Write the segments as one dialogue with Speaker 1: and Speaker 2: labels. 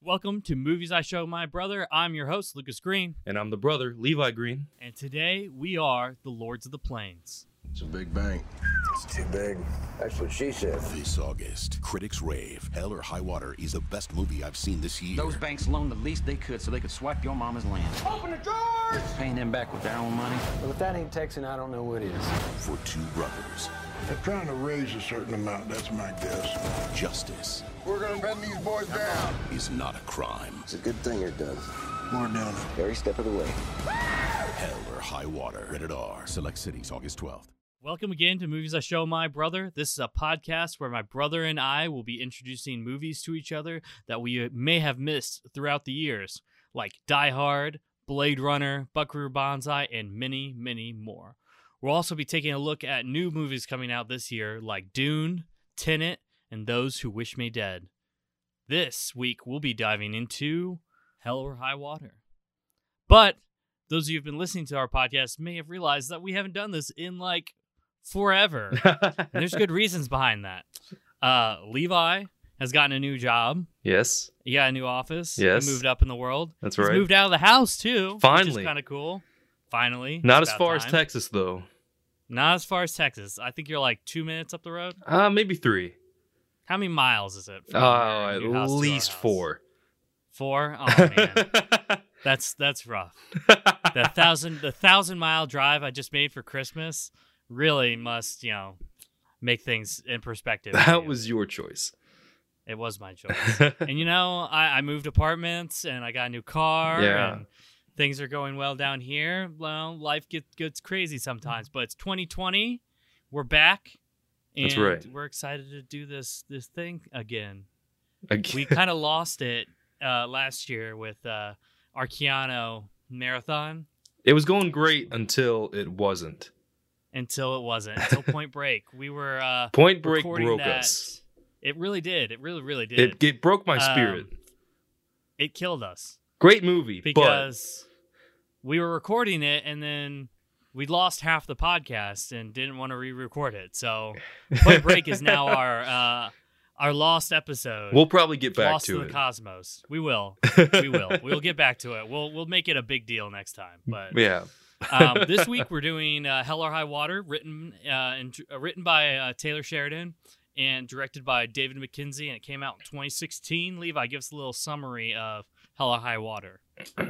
Speaker 1: Welcome to Movies I Show My Brother. I'm your host, Lucas Green,
Speaker 2: And I'm the brother, Levi Green.
Speaker 1: and today we are the Lords of the Plains.
Speaker 3: It's a big bank.
Speaker 4: It's too big. That's what she said.
Speaker 5: This August, critics rave Hell or High Water is the best movie I've seen this year.
Speaker 6: Those banks loaned the least they could so they could swipe your mama's land. Open the drawers! Paying them back with their own money.
Speaker 4: Well, if that ain't Texan, I don't know what is.
Speaker 5: For two brothers,
Speaker 3: They're trying to raise a certain amount, that's my guess.
Speaker 5: justice
Speaker 3: We're gonna bend these boys down.
Speaker 5: is not a crime.
Speaker 4: It's a good thing you're done.
Speaker 3: More down.
Speaker 4: Every step of the way.
Speaker 5: Hell or High Water. Rated R. Select cities, August 12th.
Speaker 1: Welcome again to Movies I Show My Brother. This is a podcast where my brother and I will be introducing movies to each other that we may have missed throughout the years, like Die Hard, Blade Runner, Buckaroo Banzai, and many, many more. We'll also be taking a look at new movies coming out this year, like Dune, Tenet, and Those Who Wish Me Dead. This week, we'll be diving into Hell or High Water. But those of you who've been listening to our podcast may have realized that we haven't done this in like forever. And there's good reasons behind that. Uh, Levi has gotten a new job.
Speaker 2: yes.
Speaker 1: He got a new office. He
Speaker 2: Yes.
Speaker 1: moved up in the world.
Speaker 2: That's
Speaker 1: He's
Speaker 2: right.
Speaker 1: moved out of the house too.
Speaker 2: Finally.
Speaker 1: kind of cool. Finally.
Speaker 2: Not
Speaker 1: It's
Speaker 2: as
Speaker 1: about
Speaker 2: far as
Speaker 1: time.
Speaker 2: Texas, though.
Speaker 1: Not as far as Texas. I think you're like two minutes up the road.
Speaker 2: Uh, maybe three.
Speaker 1: How many miles is it?
Speaker 2: Oh,
Speaker 1: from our
Speaker 2: at
Speaker 1: new house to our
Speaker 2: least
Speaker 1: house?
Speaker 2: four.
Speaker 1: Four. Oh man, that's that's rough. The thousand the thousand mile drive I just made for Christmas really must you know make things in perspective. for
Speaker 2: that
Speaker 1: you.
Speaker 2: was your choice.
Speaker 1: It was my choice. and you know, I, I moved apartments and I got a new car
Speaker 2: Yeah.
Speaker 1: and things are going well down here. Well, life gets gets crazy sometimes, but it's 2020. We're back. And
Speaker 2: That's right.
Speaker 1: We're excited to do this this thing again.
Speaker 2: Again.
Speaker 1: We kind of lost it uh, last year with uh, our Keanu marathon
Speaker 2: it was going great until it wasn't.
Speaker 1: until it wasn't until Point Break. We were uh,
Speaker 2: Point Break
Speaker 1: recording
Speaker 2: broke
Speaker 1: that.
Speaker 2: us.
Speaker 1: It really did. It really really did.
Speaker 2: It,
Speaker 1: It,
Speaker 2: it broke my
Speaker 1: Um,
Speaker 2: spirit.
Speaker 1: killed us.
Speaker 2: Great movie, but
Speaker 1: because we were recording it and then we lost half the podcast and didn't want to re-record it. So Point Break is now our uh, our lost episode.
Speaker 2: we'll probably get back
Speaker 1: lost
Speaker 2: to
Speaker 1: the
Speaker 2: it.
Speaker 1: cosmos. We will. We will. we'll get back to it. We'll we'll make it a big deal next time. But
Speaker 2: yeah.
Speaker 1: um, this week we're doing uh, Hell or High Water, written uh, and uh, written by uh, Taylor Sheridan and directed by David McKenzie, and it came out in 2016. Levi, give us a little summary of Hell or High Water.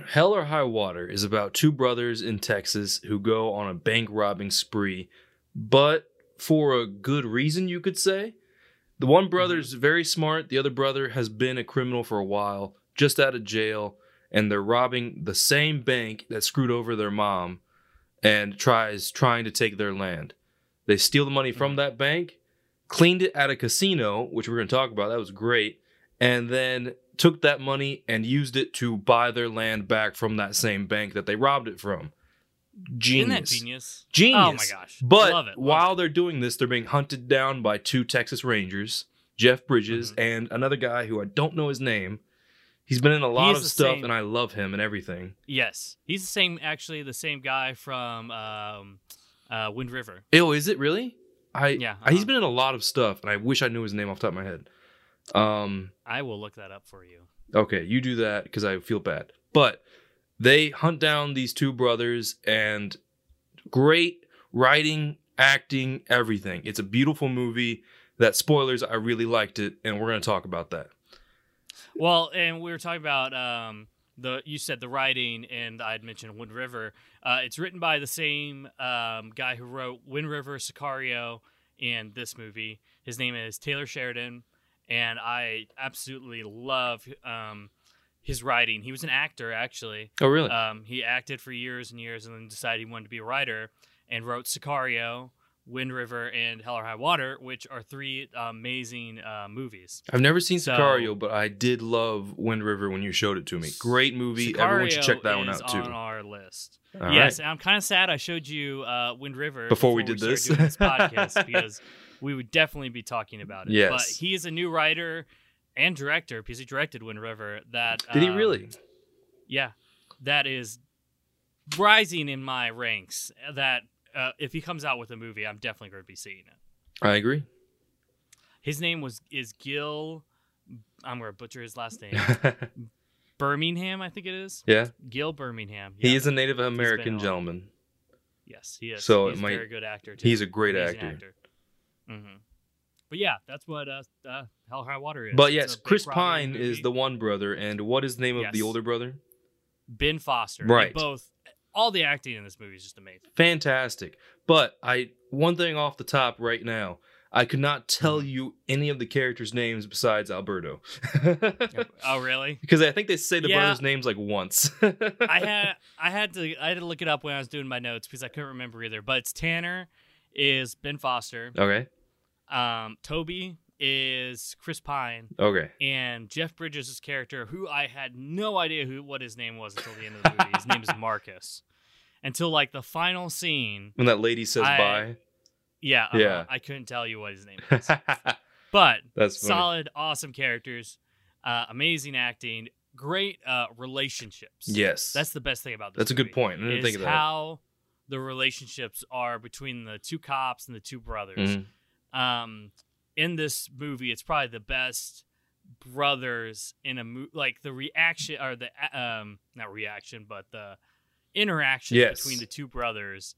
Speaker 2: Hell or High Water is about two brothers in Texas who go on a bank robbing spree, but for a good reason, you could say. The one brother's
Speaker 1: Mm-hmm.
Speaker 2: very smart, the other brother has been a criminal for a while, just out of jail, and they're robbing the same bank that screwed over their mom and tries trying to take their land. They steal the money
Speaker 1: Mm-hmm.
Speaker 2: from that bank, cleaned it at a casino, which we're going to talk about. That was great and then took that money and used it to buy their land back from that same bank that they robbed it from. Genius.
Speaker 1: Isn't that genius?
Speaker 2: Genius.
Speaker 1: Oh my gosh.
Speaker 2: But
Speaker 1: love it. love
Speaker 2: while
Speaker 1: it.
Speaker 2: they're doing this, they're being hunted down by two Texas Rangers, Jeff Bridges
Speaker 1: Mm-hmm.
Speaker 2: and another guy who I don't know his name. He's been in a lot
Speaker 1: is
Speaker 2: of
Speaker 1: the
Speaker 2: stuff
Speaker 1: same-
Speaker 2: and I love him and everything.
Speaker 1: yes, he's the same. Actually, the same guy from um, uh, Wind River.
Speaker 2: Oh, is it really? I
Speaker 1: Yeah,
Speaker 2: I- he's
Speaker 1: uh-huh.
Speaker 2: been in a lot of stuff and I wish I knew his name off the top of my head. Um
Speaker 1: I will look that up for you.
Speaker 2: okay, you do that because I feel bad. But they hunt down these two brothers and great writing, acting, everything. It's a beautiful movie that spoilers, I really liked it, and we're gonna talk about that.
Speaker 1: Well, and we were talking about um, the you said the writing, and I'd mentioned Wind River. Uh, it's written by the same um, guy who wrote Wind River, Sicario, and this movie. His name is Taylor Sheridan, and I absolutely love um, his writing. He was an actor actually.
Speaker 2: Oh really?
Speaker 1: Um, he acted for years and years, and then decided he wanted to be a writer, and wrote Sicario, Wind River, and Hell or High Water, which are three amazing uh, movies.
Speaker 2: I've never seen
Speaker 1: so-
Speaker 2: Sicario, but I did love Wind River when you showed it to me. Great movie. Everyone should check that one
Speaker 1: is
Speaker 2: out too.
Speaker 1: On our list.
Speaker 2: All
Speaker 1: yes,
Speaker 2: right.
Speaker 1: and I'm kind of sad I showed you uh, Wind River
Speaker 2: Before we did
Speaker 1: started
Speaker 2: this.
Speaker 1: doing podcast because we would definitely be talking about it.
Speaker 2: Yes.
Speaker 1: but he is a new writer and director because he directed Wind River. That
Speaker 2: Did he
Speaker 1: um,
Speaker 2: really?
Speaker 1: Yeah, that is rising in my ranks. That uh, if he comes out with a movie, I'm definitely going to be seeing it.
Speaker 2: I agree.
Speaker 1: His name was is Gil I'm gonna butcher his last name. Birmingham, I think it is.
Speaker 2: yeah,
Speaker 1: Gil Birmingham.
Speaker 2: he
Speaker 1: yeah.
Speaker 2: is a Native
Speaker 1: on.
Speaker 2: American gentleman.
Speaker 1: Yes, he is.
Speaker 2: So
Speaker 1: he's
Speaker 2: it might-
Speaker 1: a very good actor too.
Speaker 2: He's a great
Speaker 1: Amazing
Speaker 2: actor.
Speaker 1: Mhm. But yeah, that's what uh, uh, Hell High Water is.
Speaker 2: But
Speaker 1: It's
Speaker 2: yes,
Speaker 1: a big
Speaker 2: Chris
Speaker 1: robbery
Speaker 2: Pine is
Speaker 1: movie.
Speaker 2: the one brother, and what is the name of the
Speaker 1: Yes.
Speaker 2: older brother?
Speaker 1: Ben Foster.
Speaker 2: Right.
Speaker 1: They both all the acting in this movie is just amazing.
Speaker 2: Fantastic. But I one thing off the top right now, I could not tell
Speaker 1: Mm-hmm.
Speaker 2: you any of the characters' names besides Alberto,
Speaker 1: oh really?
Speaker 2: because I think they say the
Speaker 1: Yeah.
Speaker 2: brothers' names like once.
Speaker 1: I had I had to I had to look it up when I was doing my notes because I couldn't remember either. But it's Tanner is Ben Foster.
Speaker 2: okay,
Speaker 1: Um, Toby is Chris Pine,
Speaker 2: okay,
Speaker 1: and Jeff Bridges' character, who I had no idea who what his name was until the end of the movie. His name is Marcus. Until like the final scene,
Speaker 2: when that lady says
Speaker 1: I-
Speaker 2: bye.
Speaker 1: yeah, uh-huh,
Speaker 2: Yeah.
Speaker 1: I couldn't tell you what his name was, but
Speaker 2: That's funny.
Speaker 1: solid, awesome characters, uh, amazing acting, great uh, relationships.
Speaker 2: Yes,
Speaker 1: that's the best thing about this.
Speaker 2: that's a good
Speaker 1: movie.
Speaker 2: point. I didn't
Speaker 1: is
Speaker 2: think of that.
Speaker 1: how the relationships are between the two cops and the two brothers.
Speaker 2: Mhm.
Speaker 1: Um, in this movie, it's probably the best brothers in a movie. Like the reaction or the uh, um, not reaction, but the interaction
Speaker 2: Yes.
Speaker 1: between the two brothers.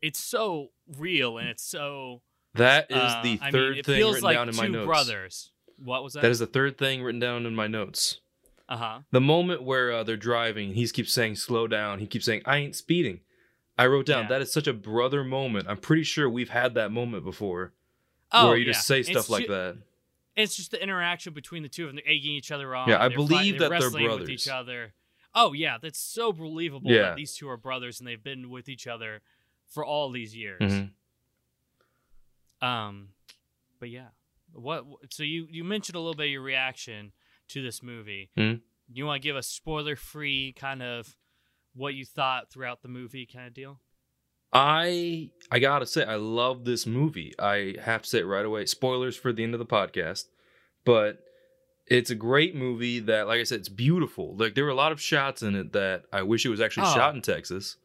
Speaker 1: It's so real and it's so.
Speaker 2: That is
Speaker 1: uh,
Speaker 2: the
Speaker 1: I mean,
Speaker 2: third
Speaker 1: it
Speaker 2: thing
Speaker 1: feels
Speaker 2: written
Speaker 1: like
Speaker 2: down in my
Speaker 1: two
Speaker 2: notes.
Speaker 1: brothers. What was that?
Speaker 2: That is the third thing written down in my notes.
Speaker 1: uh huh.
Speaker 2: The moment where uh, they're driving, he keeps saying "slow down." He keeps saying "I ain't speeding." I wrote down
Speaker 1: Yeah.
Speaker 2: that is such a brother moment. I'm pretty sure we've had that moment before,
Speaker 1: Oh,
Speaker 2: where you
Speaker 1: yeah.
Speaker 2: just say
Speaker 1: It's
Speaker 2: stuff like
Speaker 1: ju-
Speaker 2: that.
Speaker 1: it's just the interaction between the two of them, they're egging each other on.
Speaker 2: Yeah, I
Speaker 1: they're
Speaker 2: believe
Speaker 1: fighting,
Speaker 2: that they're
Speaker 1: wrestling with
Speaker 2: brothers.
Speaker 1: each other. Oh yeah, that's so believable
Speaker 2: Yeah.
Speaker 1: that these two are brothers and they've been with each other for all these years.
Speaker 2: Mhm.
Speaker 1: Um, but yeah, what? So you you mentioned a little bit of your reaction to this movie.
Speaker 2: Mhm.
Speaker 1: You want to give a spoiler free kind of what you thought throughout the movie kind of deal?
Speaker 2: I I gotta say I love this movie. I have to say it right away. Spoilers for the end of the podcast, but it's a great movie that, like I said, it's beautiful. Like there were a lot of shots in it that I wish it was actually
Speaker 1: Oh.
Speaker 2: shot in Texas.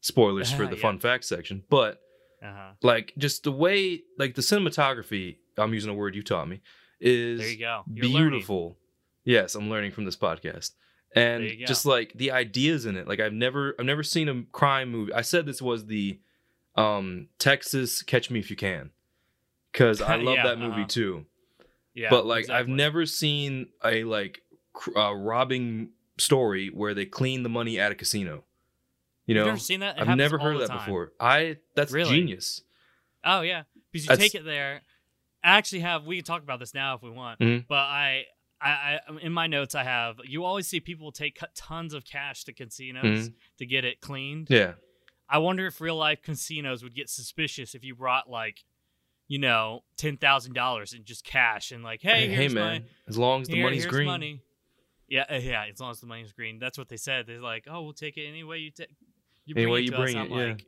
Speaker 2: Spoilers for
Speaker 1: Ah,
Speaker 2: the
Speaker 1: yeah.
Speaker 2: fun fact section, but
Speaker 1: Uh huh.
Speaker 2: like just the way, like the cinematography. I'm using a word you taught me. Is
Speaker 1: There you go. You're learning.
Speaker 2: beautiful. Yes, I'm learning from this podcast. And
Speaker 1: There you go.
Speaker 2: just like the ideas in it. Like I've never I've never seen a crime movie. I said this was the um Texas Catch Me If You Can. Cuz I love
Speaker 1: Yeah,
Speaker 2: that movie
Speaker 1: uh-huh.
Speaker 2: too.
Speaker 1: Yeah.
Speaker 2: but like I've
Speaker 1: exactly.
Speaker 2: never seen a like cr- uh, robbing story where they clean the money at a casino. You know?
Speaker 1: You've never seen that. It
Speaker 2: I've
Speaker 1: happens
Speaker 2: never
Speaker 1: all
Speaker 2: heard of
Speaker 1: the
Speaker 2: that
Speaker 1: time.
Speaker 2: before. I that's
Speaker 1: Really?
Speaker 2: genius.
Speaker 1: Oh yeah, because you
Speaker 2: That's-
Speaker 1: take it there. I actually have. We can talk about this now if we want.
Speaker 2: Mhm.
Speaker 1: But I, I, I, in my notes, I have. You always see people take cut tons of cash to casinos to get it cleaned.
Speaker 2: Mm-hmm. Yeah.
Speaker 1: I wonder if real life casinos would get suspicious if you brought like, you know, ten thousand dollars in just cash and like, hey, here's my,
Speaker 2: as long as the
Speaker 1: here-
Speaker 2: money's
Speaker 1: here's
Speaker 2: green.
Speaker 1: money. Yeah, uh, yeah. As long as the money's green, that's what they said. They're like, oh, we'll take it any way you take. You
Speaker 2: Any
Speaker 1: bring
Speaker 2: way
Speaker 1: it
Speaker 2: you
Speaker 1: to
Speaker 2: bring
Speaker 1: us.
Speaker 2: it,
Speaker 1: I'm
Speaker 2: yeah.
Speaker 1: like,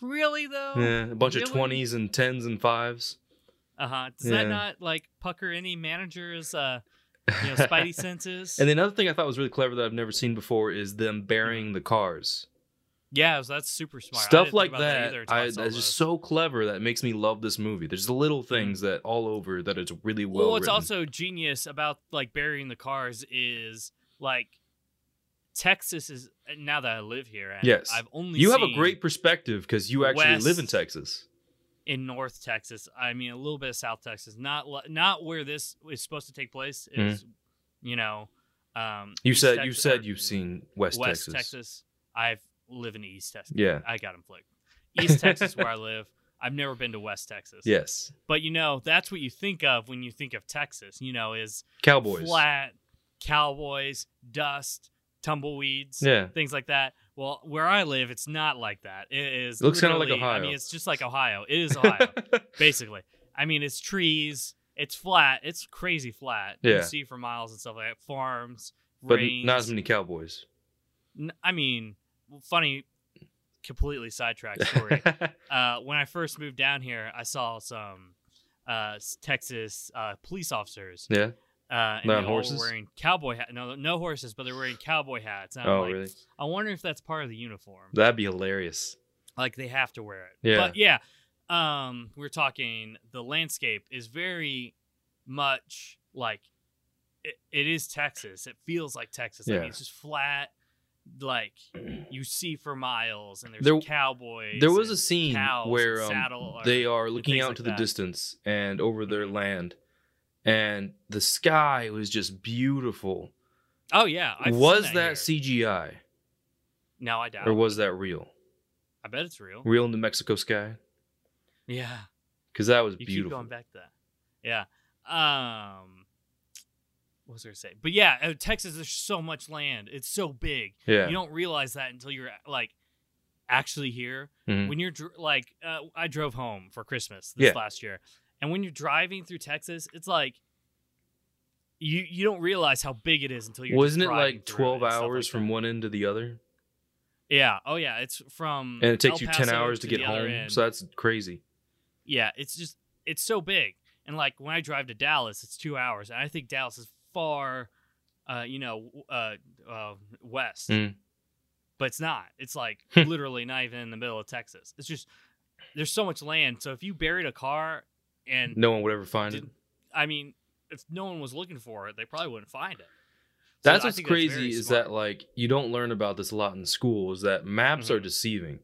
Speaker 1: really though?
Speaker 2: Yeah, a bunch of
Speaker 1: really?
Speaker 2: twenties and tens and fives.
Speaker 1: Uh huh. Does
Speaker 2: Yeah.
Speaker 1: that not like pucker any manager's uh you know spidey senses?
Speaker 2: And then another thing I thought was really clever that I've never seen before is them burying the cars.
Speaker 1: yeah, so that's super smart. Mm-hmm. I didn't
Speaker 2: Stuff
Speaker 1: think
Speaker 2: like
Speaker 1: about
Speaker 2: that,
Speaker 1: either until
Speaker 2: I,
Speaker 1: saw
Speaker 2: that's just
Speaker 1: those.
Speaker 2: so clever that it makes me love this movie. There's the little things that all over that it's really well.
Speaker 1: Mm-hmm. Well, what's
Speaker 2: written.
Speaker 1: also genius about like burying the cars is like Texas is now that I live here. And
Speaker 2: Yes.
Speaker 1: I've only
Speaker 2: you have a
Speaker 1: seen
Speaker 2: great perspective because you actually live in
Speaker 1: West-
Speaker 2: Texas.
Speaker 1: in North Texas. I mean, a little bit of South Texas, not li- not where this is supposed to take place. Is you know, um,
Speaker 2: Mm-hmm. You
Speaker 1: East
Speaker 2: said you
Speaker 1: Tex- or
Speaker 2: said you've seen West,
Speaker 1: West
Speaker 2: Texas.
Speaker 1: Texas. I've live in East Texas.
Speaker 2: Yeah.
Speaker 1: I got him flicked. East Texas, where I live. I've never been to West Texas.
Speaker 2: Yes,
Speaker 1: But you know, that's what you think of when you think of Texas, you know, is
Speaker 2: Cowboys.
Speaker 1: flat, cowboys, dust, tumbleweeds,
Speaker 2: Yeah.
Speaker 1: things like that. Well, where I live, it's not like that. It is
Speaker 2: It looks kinda like
Speaker 1: literally- I
Speaker 2: Ohio.
Speaker 1: mean, it's just like Ohio. It is Ohio, basically. I mean, it's trees, it's flat, it's crazy flat. You
Speaker 2: Yeah.
Speaker 1: can see for miles and stuff like that. Farms,
Speaker 2: but
Speaker 1: rains,
Speaker 2: not as many Cowboys.
Speaker 1: N- I mean, funny, completely sidetracked story. uh, when I first moved down here, I saw some uh, s- Texas uh, police officers.
Speaker 2: yeah.
Speaker 1: Uh, and
Speaker 2: Not
Speaker 1: they all
Speaker 2: horses?
Speaker 1: were wearing cowboy hats. No, no horses, but they're wearing cowboy hats. And I'm
Speaker 2: Oh,
Speaker 1: like,
Speaker 2: really?
Speaker 1: I wonder if that's part of the uniform.
Speaker 2: That'd be hilarious.
Speaker 1: like they have to wear it.
Speaker 2: Yeah.
Speaker 1: But yeah, um, we're talking the landscape is very much like it, it is Texas. It feels like Texas. I
Speaker 2: Yeah.
Speaker 1: mean, it's just flat. Like you see for miles, and there's
Speaker 2: There-
Speaker 1: cowboys.
Speaker 2: There was
Speaker 1: and
Speaker 2: a scene
Speaker 1: cows
Speaker 2: where
Speaker 1: and
Speaker 2: um,
Speaker 1: saddle or-
Speaker 2: they are looking
Speaker 1: things
Speaker 2: out
Speaker 1: like
Speaker 2: to the
Speaker 1: that.
Speaker 2: distance and over their land, and the sky was just beautiful.
Speaker 1: Oh yeah, I've seen
Speaker 2: was
Speaker 1: that,
Speaker 2: that,
Speaker 1: here.
Speaker 2: CGI
Speaker 1: No, I doubt.
Speaker 2: or
Speaker 1: it.
Speaker 2: was that real?
Speaker 1: I bet it's real.
Speaker 2: Real New Mexico sky?
Speaker 1: Yeah,
Speaker 2: Because that was
Speaker 1: you keep
Speaker 2: beautiful.
Speaker 1: going back to that. Yeah. Um, what was I gonna say? But yeah, uh, Texas. There's so much land. It's so big.
Speaker 2: Yeah.
Speaker 1: You don't realize that until you're like actually here.
Speaker 2: Mhm.
Speaker 1: When you're dr- like, uh, I drove home for Christmas this
Speaker 2: Yeah.
Speaker 1: last year, and when you're driving through Texas, it's like. You, you don't realize how big it is until you're just
Speaker 2: Wasn't it
Speaker 1: driving
Speaker 2: like
Speaker 1: through
Speaker 2: twelve
Speaker 1: and stuff like
Speaker 2: hours
Speaker 1: that.
Speaker 2: from one end to the other?
Speaker 1: Yeah. Oh yeah. It's from
Speaker 2: And it takes
Speaker 1: El
Speaker 2: you ten
Speaker 1: Paso
Speaker 2: hours to get
Speaker 1: the other
Speaker 2: home.
Speaker 1: end. Mm-hmm.
Speaker 2: So that's crazy.
Speaker 1: yeah, it's just it's so big. And like when I drive to Dallas, it's two hours, and I think Dallas is far, uh, you know, w- uh, uh west.
Speaker 2: Mm.
Speaker 1: But it's not. It's like literally not even in the middle of Texas. It's just there's so much land. So if you buried a car, and
Speaker 2: No one would ever find it.
Speaker 1: Didn't- I mean, if no one was looking for it, they probably wouldn't find it. So
Speaker 2: That's
Speaker 1: I
Speaker 2: what's
Speaker 1: think very
Speaker 2: crazy is
Speaker 1: smart.
Speaker 2: that like you don't learn about this a lot in school is that maps
Speaker 1: Mhm.
Speaker 2: are deceiving.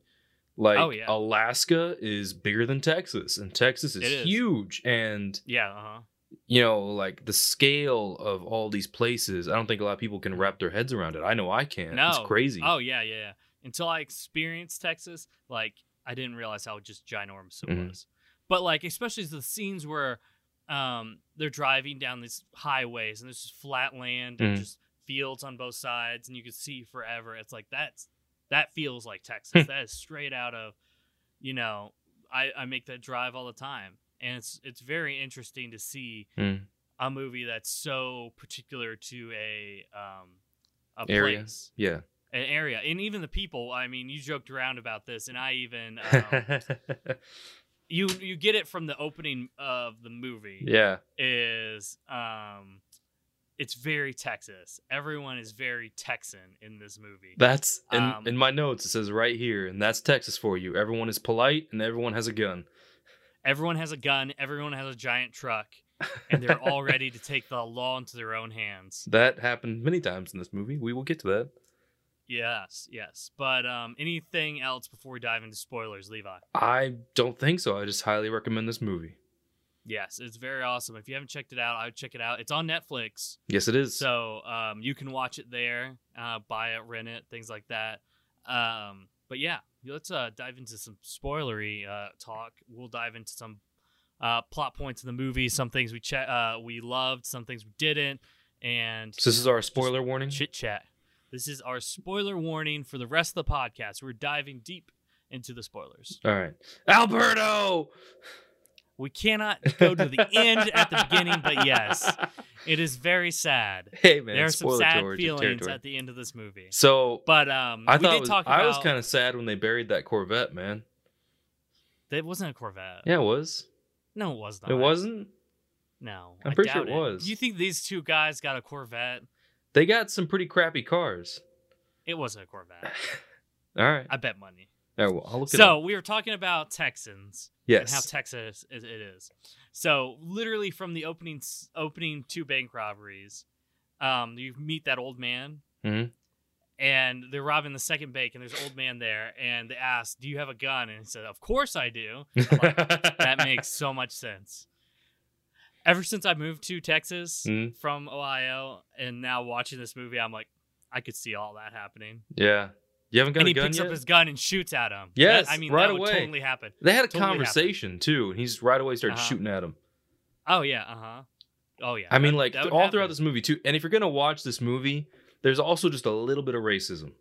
Speaker 2: Like
Speaker 1: Oh, yeah.
Speaker 2: Alaska is bigger than Texas and Texas is,
Speaker 1: It is.
Speaker 2: huge and
Speaker 1: yeah, uh-huh.
Speaker 2: you know like the scale of all these places I don't think a lot of people can wrap their heads around it. I know I can.
Speaker 1: No.
Speaker 2: It's crazy.
Speaker 1: Oh yeah, yeah, yeah. Until I experienced Texas, like I didn't realize how just ginormous it
Speaker 2: Mhm.
Speaker 1: was. But like, especially the scenes where um they're driving down these highways and there's just flat land and
Speaker 2: Mhm.
Speaker 1: just fields on both sides and you can see forever. It's like that's that feels like
Speaker 2: Hmm.
Speaker 1: Texas. that is straight out of you know, I, I make that drive all the time. And it's it's very interesting to see
Speaker 2: Mm.
Speaker 1: a movie that's so particular to a um a
Speaker 2: Area.
Speaker 1: place
Speaker 2: Yeah.
Speaker 1: an area and even the people i mean you joked around about this and i even um, you you get it from the opening of the movie
Speaker 2: yeah.
Speaker 1: is um it's very texas everyone is very texan in this movie
Speaker 2: That's in,
Speaker 1: Um,
Speaker 2: in my notes it says right here and that's Texas for you. Everyone is polite and everyone has a gun.
Speaker 1: everyone has a gun everyone has a giant truck and they're all ready to take the law into their own hands
Speaker 2: That happened many times in this movie. We will get to that.
Speaker 1: yes yes but um anything else before we dive into spoilers levi
Speaker 2: I don't think so. I just highly recommend this movie.
Speaker 1: yes it's very awesome if you haven't checked it out i would check it out it's on netflix
Speaker 2: Yes, it is.
Speaker 1: So um, you can watch it there, uh, buy it, rent it, things like that. Um, but yeah, let's uh, dive into some spoilery uh, talk. We'll dive into some uh, plot points in the movie, some things we che- uh, we loved, some things we didn't, and
Speaker 2: So this is our spoiler warning.
Speaker 1: chit chat. This is our spoiler warning for the rest of the podcast. We're diving deep into the spoilers.
Speaker 2: All right, Alberto.
Speaker 1: We cannot go to the end at the beginning, but yes, it is very sad.
Speaker 2: Hey man,
Speaker 1: there are some
Speaker 2: spoiler
Speaker 1: sad
Speaker 2: territory-
Speaker 1: feelings
Speaker 2: territory.
Speaker 1: at the end of this movie.
Speaker 2: So
Speaker 1: But um,
Speaker 2: I
Speaker 1: we
Speaker 2: thought
Speaker 1: did
Speaker 2: it was,
Speaker 1: talk about
Speaker 2: I was kind of sad when they buried that Corvette, man.
Speaker 1: It wasn't a Corvette.
Speaker 2: Yeah, it was.
Speaker 1: No, it was not.
Speaker 2: It wasn't.
Speaker 1: No,
Speaker 2: I'm
Speaker 1: I
Speaker 2: pretty sure
Speaker 1: doubt
Speaker 2: it was.
Speaker 1: You think these two guys got a Corvette?
Speaker 2: They got some pretty crappy cars.
Speaker 1: It wasn't a Corvette.
Speaker 2: All right.
Speaker 1: I bet money.
Speaker 2: All right well, I'll look it
Speaker 1: So
Speaker 2: up.
Speaker 1: we were talking about Texans and how
Speaker 2: Yes.
Speaker 1: Texas is, it is. So literally from the opening s- opening two bank robberies, um, you meet that old man.
Speaker 2: Mhm.
Speaker 1: And they're robbing the second bank, and there's an old man there, and they ask, "Do you have a gun?" And he said, "Of course I do." I'm like, that makes so much sense. Ever since I moved to Texas
Speaker 2: Mm.
Speaker 1: from Ohio and now watching this movie, I'm like, I could see all that happening.
Speaker 2: yeah. You haven't got
Speaker 1: and
Speaker 2: a
Speaker 1: he
Speaker 2: gun
Speaker 1: picks
Speaker 2: yet.
Speaker 1: up his gun and shoots at him.
Speaker 2: Yes,
Speaker 1: That- I mean,
Speaker 2: right
Speaker 1: that would
Speaker 2: away.
Speaker 1: totally happen.
Speaker 2: They had a
Speaker 1: Totally happened.
Speaker 2: conversation too, and he's right away started
Speaker 1: Uh-huh.
Speaker 2: shooting at him.
Speaker 1: Oh, yeah. Uh huh. Oh, yeah.
Speaker 2: I mean,
Speaker 1: that-
Speaker 2: like
Speaker 1: that would
Speaker 2: all
Speaker 1: happen.
Speaker 2: throughout this movie too. And if you're gonna watch this movie, there's also just a little bit of racism.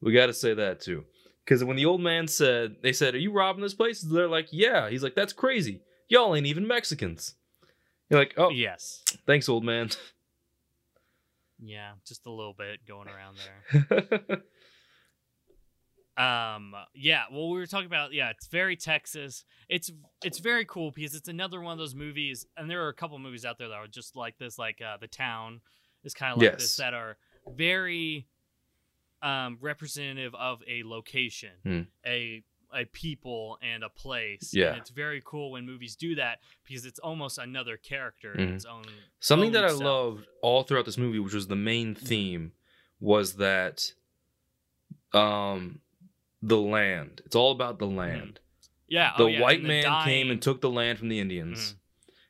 Speaker 2: We got to say that too, because when the old man said, they said, "Are you robbing this place?" They're like, "Yeah." He's like, "That's crazy. Y'all ain't even Mexicans." You're like, "Oh,
Speaker 1: Yes.
Speaker 2: thanks, old man."
Speaker 1: Yeah. Just a little bit going around there.
Speaker 2: yeah,
Speaker 1: Um. Yeah. Well, we were talking about. Yeah, it's very Texas. It's it's very cool because it's another one of those movies, and there are a couple movies out there that are just like this, like uh, The Town is kind of like this,
Speaker 2: Yes.
Speaker 1: that are very um representative of a location,
Speaker 2: Hmm.
Speaker 1: a a people and a place.
Speaker 2: Yeah.
Speaker 1: and it's very cool when movies do that because it's almost another character in
Speaker 2: Mhm.
Speaker 1: its own.
Speaker 2: Something
Speaker 1: own
Speaker 2: that I
Speaker 1: self. Mm-hmm.
Speaker 2: loved all throughout this movie, which was the main theme, was that um the land. It's all about the
Speaker 1: Mm-hmm.
Speaker 2: land.
Speaker 1: Yeah,
Speaker 2: The
Speaker 1: oh, yeah, and
Speaker 2: white
Speaker 1: the
Speaker 2: man came
Speaker 1: dying- Mm-hmm.
Speaker 2: and took the land from the Indians.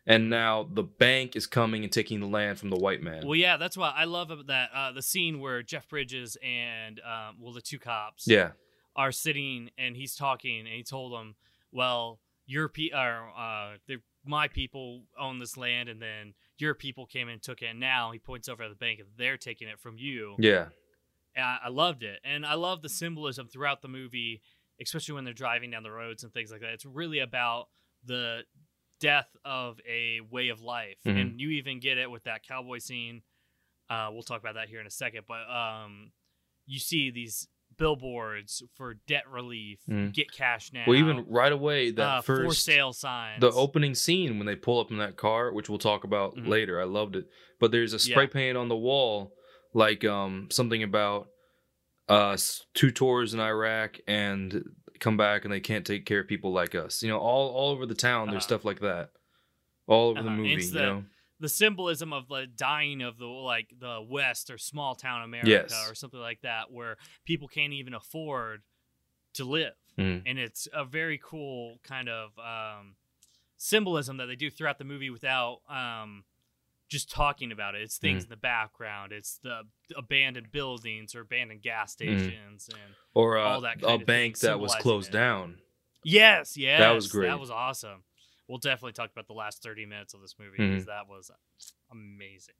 Speaker 2: And now the bank is coming and taking the land from the white man.
Speaker 1: Well, yeah, that's why I love about that uh, the scene where Jeff Bridges and um, well, the two cops,
Speaker 2: yeah.
Speaker 1: are sitting and he's talking and he told them, "Well, your pe- or, uh, they're- my people own this land, and then your people came and took it. And now he points over at the bank and they're taking it from you."
Speaker 2: Yeah.
Speaker 1: And I, I loved it, and I love the symbolism throughout the movie, especially when they're driving down the roads and things like that. It's really about the death of a way of life,
Speaker 2: Mhm.
Speaker 1: and you even get it with that cowboy scene. Uh, we'll talk about that here in a second, but um, you see these billboards for debt relief,
Speaker 2: Mhm.
Speaker 1: get cash now.
Speaker 2: Well, even right away, that
Speaker 1: uh,
Speaker 2: first
Speaker 1: for sale signs.
Speaker 2: the opening scene when they pull up in that car, which we'll talk about
Speaker 1: Mhm.
Speaker 2: later. I loved it. But there's a spray
Speaker 1: Yeah.
Speaker 2: paint on the wall, like um something about uh s- two tours in Iraq and come back and they can't take care of people like us. You know, all all over the town, there's
Speaker 1: Uh-huh.
Speaker 2: stuff like that. All over the
Speaker 1: Uh-huh.
Speaker 2: movie,
Speaker 1: It's
Speaker 2: you
Speaker 1: the-
Speaker 2: know.
Speaker 1: the symbolism of the dying of the like the West or small town America
Speaker 2: Yes.
Speaker 1: or something like that, where people can't even afford to live,
Speaker 2: Mhm.
Speaker 1: and it's a very cool kind of um, symbolism that they do throughout the movie without um, just talking about it. It's things in the background. It's the abandoned buildings or abandoned gas stations, and
Speaker 2: Or uh,
Speaker 1: all that
Speaker 2: a
Speaker 1: kind of
Speaker 2: bank
Speaker 1: thing,
Speaker 2: that was
Speaker 1: symbolizing
Speaker 2: closed
Speaker 1: it.
Speaker 2: down.
Speaker 1: yes, yes,
Speaker 2: was great.
Speaker 1: That was awesome. We'll definitely talk about the last thirty minutes of this movie
Speaker 2: Mhm.
Speaker 1: because that was amazing.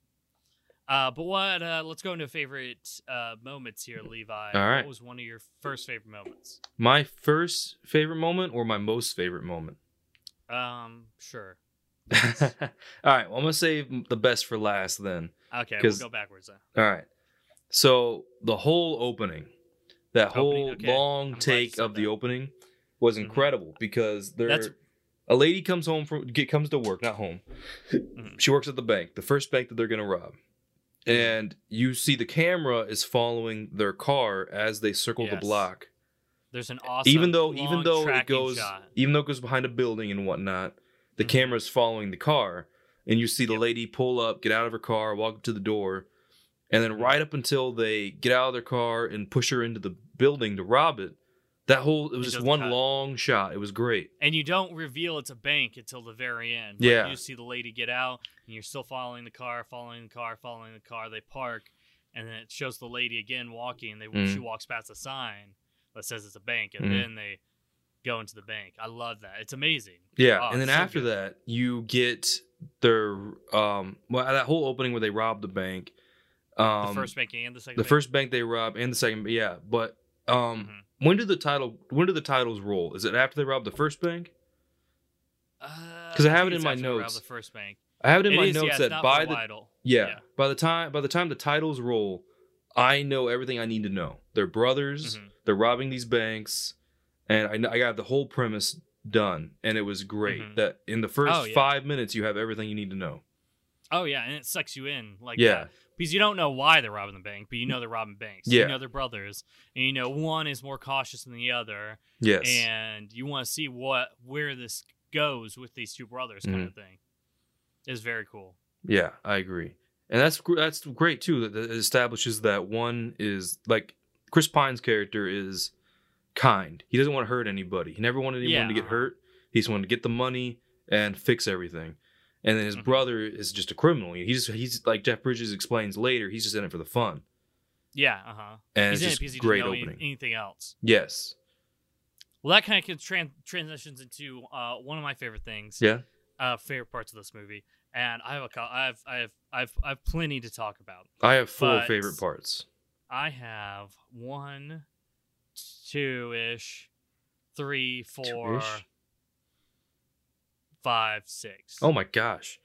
Speaker 1: Uh, but what? Uh, let's go into favorite uh, moments here, Levi.
Speaker 2: All right.
Speaker 1: What was one of your first favorite moments?
Speaker 2: My first favorite moment or my most favorite moment?
Speaker 1: Um, sure.
Speaker 2: All right, well, I'm gonna save the best for last then.
Speaker 1: Okay, we'll
Speaker 2: 'Cause-
Speaker 1: go backwards then.
Speaker 2: All right. So the whole opening, that whole
Speaker 1: Opening, okay. I'm
Speaker 2: long
Speaker 1: glad you
Speaker 2: take
Speaker 1: said
Speaker 2: of the
Speaker 1: that.
Speaker 2: opening, was
Speaker 1: Mhm.
Speaker 2: incredible because there,
Speaker 1: That's-
Speaker 2: a lady comes home from get, comes to work, not home.
Speaker 1: Mm-hmm.
Speaker 2: She works at the bank, the first bank that they're gonna rob, and you see the camera is following their car as they circle the
Speaker 1: Yes.
Speaker 2: block.
Speaker 1: There's an awesome,
Speaker 2: even though,
Speaker 1: long
Speaker 2: even though it
Speaker 1: tracking
Speaker 2: goes,
Speaker 1: shot.
Speaker 2: even though it goes behind a building and whatnot, the
Speaker 1: Mhm.
Speaker 2: camera's following the car, and you see the
Speaker 1: Yep.
Speaker 2: lady pull up, get out of her car, walk up to the door, and
Speaker 1: Mm-hmm.
Speaker 2: then right up until they get out of their car and push her into the building to rob it. That whole it was
Speaker 1: It
Speaker 2: just
Speaker 1: does
Speaker 2: one
Speaker 1: cut.
Speaker 2: long shot. It was great.
Speaker 1: and you don't reveal it's a bank until the very end. Like,
Speaker 2: Yeah.
Speaker 1: you just see the lady get out, and you're still following the car, following the car, following the car. They park, and then it shows the lady again walking. And they
Speaker 2: Mm.
Speaker 1: she walks past a sign that says it's a bank, and
Speaker 2: Mhm.
Speaker 1: then they go into the bank. I love that. It's amazing.
Speaker 2: Yeah,
Speaker 1: Oh,
Speaker 2: and then
Speaker 1: so
Speaker 2: after
Speaker 1: good.
Speaker 2: that, you get their um well that whole opening where they rob the bank. Um,
Speaker 1: the first bank and the second.
Speaker 2: the
Speaker 1: bank.
Speaker 2: first bank they rob and the second yeah but um
Speaker 1: Mm-hmm.
Speaker 2: when do the title when do the titles roll is it after they rob the first bank
Speaker 1: Uh,
Speaker 2: 'Cause I have
Speaker 1: think
Speaker 2: it in
Speaker 1: it's
Speaker 2: my
Speaker 1: after they rob
Speaker 2: notes.
Speaker 1: The first bank.
Speaker 2: i have it in
Speaker 1: It
Speaker 2: my
Speaker 1: is, yeah,
Speaker 2: notes
Speaker 1: it's
Speaker 2: that
Speaker 1: not
Speaker 2: by
Speaker 1: for
Speaker 2: the
Speaker 1: Lytle.
Speaker 2: yeah,
Speaker 1: Yeah.
Speaker 2: by the time by the time the titles roll i know everything i need to know they're brothers
Speaker 1: Mhm.
Speaker 2: they're robbing these banks and I, kn- I got the whole premise done and it was great
Speaker 1: Mhm.
Speaker 2: that in the first
Speaker 1: Oh, yeah.
Speaker 2: five minutes you have everything you need to know
Speaker 1: Oh yeah, and it sucks you in like
Speaker 2: yeah
Speaker 1: that. because you don't know why they're robbing the bank, but you know they're robbing banks.
Speaker 2: Yeah.
Speaker 1: You know they're brothers, and you know one is more cautious than the other,
Speaker 2: yes
Speaker 1: and you want to see what where this goes with these two brothers, kind
Speaker 2: Mm-hmm.
Speaker 1: of thing. It's very cool.
Speaker 2: Yeah, I agree, and that's gr- that's great too. That that it establishes that one is like Chris Pine's character is kind. He doesn't want to hurt anybody. He never wanted anyone to get
Speaker 1: Yeah.
Speaker 2: hurt. He just wanted to get the money and fix everything. And then his
Speaker 1: Mhm.
Speaker 2: brother is just a criminal. He just he's like Jeff Bridges explains later. He's just in it for the fun,
Speaker 1: Yeah, uh huh.
Speaker 2: and
Speaker 1: He's in
Speaker 2: it's
Speaker 1: it because
Speaker 2: just
Speaker 1: he
Speaker 2: great
Speaker 1: doesn't know any-
Speaker 2: opening.
Speaker 1: anything else.
Speaker 2: yes.
Speaker 1: Well, that kind of tran- transitions into uh, one of my favorite things.
Speaker 2: Yeah.
Speaker 1: Uh, favorite parts of this movie, and I have a, co- I have, I have, I've, I've plenty to talk about.
Speaker 2: I have four
Speaker 1: But-
Speaker 2: favorite parts.
Speaker 1: I have one, two ish, three, four,
Speaker 2: Two-ish?
Speaker 1: five, six.
Speaker 2: Oh my gosh.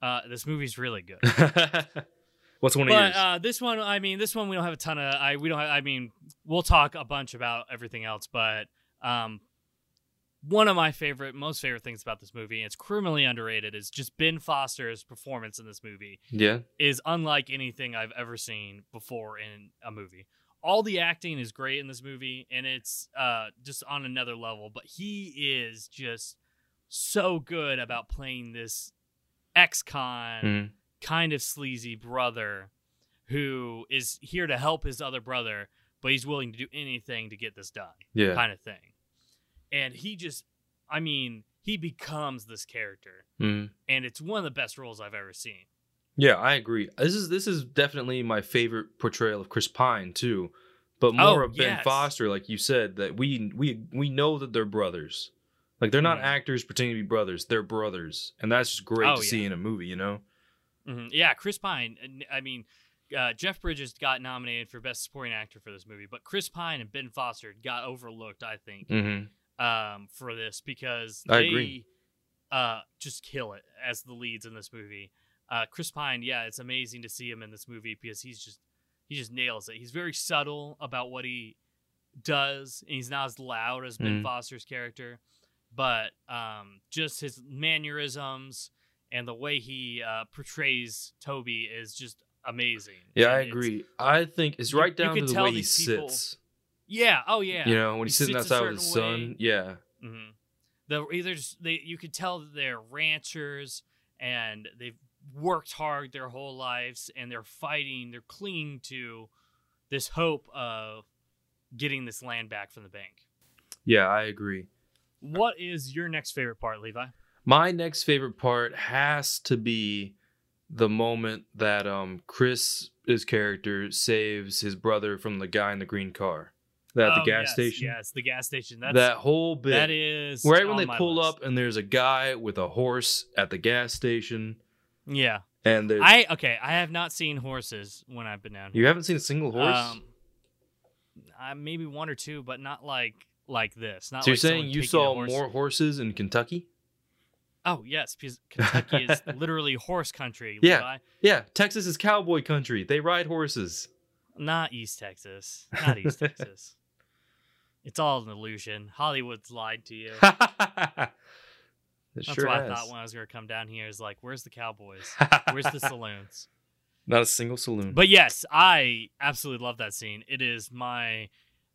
Speaker 1: Uh, this movie's really good.
Speaker 2: What's one of
Speaker 1: But
Speaker 2: yours?
Speaker 1: uh, this one, I mean, this one we don't have a ton of. I we don't. Have, I mean, we'll talk a bunch about everything else, but um, one of my favorite, most favorite things about this movie, and it's criminally underrated, is just Ben Foster's performance in this movie
Speaker 2: yeah.
Speaker 1: is unlike anything I've ever seen before in a movie. all the acting is great in this movie, and it's uh, just on another level. But he is just so good about playing this ex-con
Speaker 2: Mhm.
Speaker 1: kind of sleazy brother who is here to help his other brother, but he's willing to do anything to get this done,
Speaker 2: Yeah.
Speaker 1: kind of thing. And he just, I mean, he becomes this character,
Speaker 2: Mhm.
Speaker 1: and it's one of the best roles I've ever seen.
Speaker 2: Yeah, I agree. This is this is definitely my favorite portrayal of Chris Pine too, but more
Speaker 1: Oh,
Speaker 2: of Ben
Speaker 1: yes.
Speaker 2: Foster, like you said, that we we we know that they're brothers. Like they're not
Speaker 1: Mhm.
Speaker 2: actors pretending to be brothers; they're brothers, and that's just great
Speaker 1: Oh,
Speaker 2: to see
Speaker 1: yeah.
Speaker 2: in a movie. You know?
Speaker 1: Mhm. Yeah, Chris Pine. and, I mean, uh, Jeff Bridges got nominated for Best Supporting Actor for this movie, but Chris Pine and Ben Foster got overlooked, I think,
Speaker 2: Mm-hmm.
Speaker 1: um, for this because
Speaker 2: I
Speaker 1: they
Speaker 2: agree.
Speaker 1: Uh, just kill it as the leads in this movie. Uh, Chris Pine, yeah, it's amazing to see him in this movie because he's just he just nails it. He's very subtle about what he does, and he's not as loud as Ben
Speaker 2: Mhm.
Speaker 1: Foster's character, but um, just his mannerisms and the way he uh, portrays Toby is just amazing.
Speaker 2: Yeah, I
Speaker 1: And it's-
Speaker 2: agree. I think it's
Speaker 1: you-
Speaker 2: right
Speaker 1: you
Speaker 2: down
Speaker 1: can
Speaker 2: to the
Speaker 1: tell
Speaker 2: way he
Speaker 1: these people-
Speaker 2: sits.
Speaker 1: Yeah. Oh, yeah.
Speaker 2: You know, when
Speaker 1: He
Speaker 2: he's sitting
Speaker 1: sits a
Speaker 2: outside with his
Speaker 1: certain way.
Speaker 2: son. Yeah.
Speaker 1: Mm-hmm. The either just, they you could tell that they're ranchers and they've worked hard their whole lives and they're fighting, they're clinging to this hope of getting this land back from the bank.
Speaker 2: Yeah, I agree.
Speaker 1: What is your next favorite part, Levi?
Speaker 2: My next favorite part has to be the moment that um Chris his character saves his brother from the guy in the green car at the
Speaker 1: Oh,
Speaker 2: gas
Speaker 1: yes,
Speaker 2: station.
Speaker 1: Yes, the gas station. That's
Speaker 2: that whole bit.
Speaker 1: that is
Speaker 2: right when
Speaker 1: on
Speaker 2: they
Speaker 1: my
Speaker 2: pull
Speaker 1: list.
Speaker 2: up and there's a guy with a horse at the gas station
Speaker 1: Yeah.
Speaker 2: and there's
Speaker 1: I okay, I have not seen horses when I've been down here.
Speaker 2: you haven't seen a single horse?
Speaker 1: Um, I, maybe one or two, but not like like this. Not
Speaker 2: so you're
Speaker 1: like someone
Speaker 2: saying you
Speaker 1: taking a
Speaker 2: saw
Speaker 1: horse-
Speaker 2: more horses in Kentucky?
Speaker 1: Oh yes, because Kentucky is literally horse country.
Speaker 2: Yeah.
Speaker 1: Levi.
Speaker 2: Yeah, Texas is cowboy country. They ride horses.
Speaker 1: not East Texas, not East Texas. It's all an illusion. Hollywood's lied to you.
Speaker 2: it
Speaker 1: That's
Speaker 2: sure
Speaker 1: what I
Speaker 2: has.
Speaker 1: thought when I was gonna come down here. Is like, where's the cowboys? Where's the saloons?
Speaker 2: Not a single saloon.
Speaker 1: But yes, I absolutely love that scene. It is my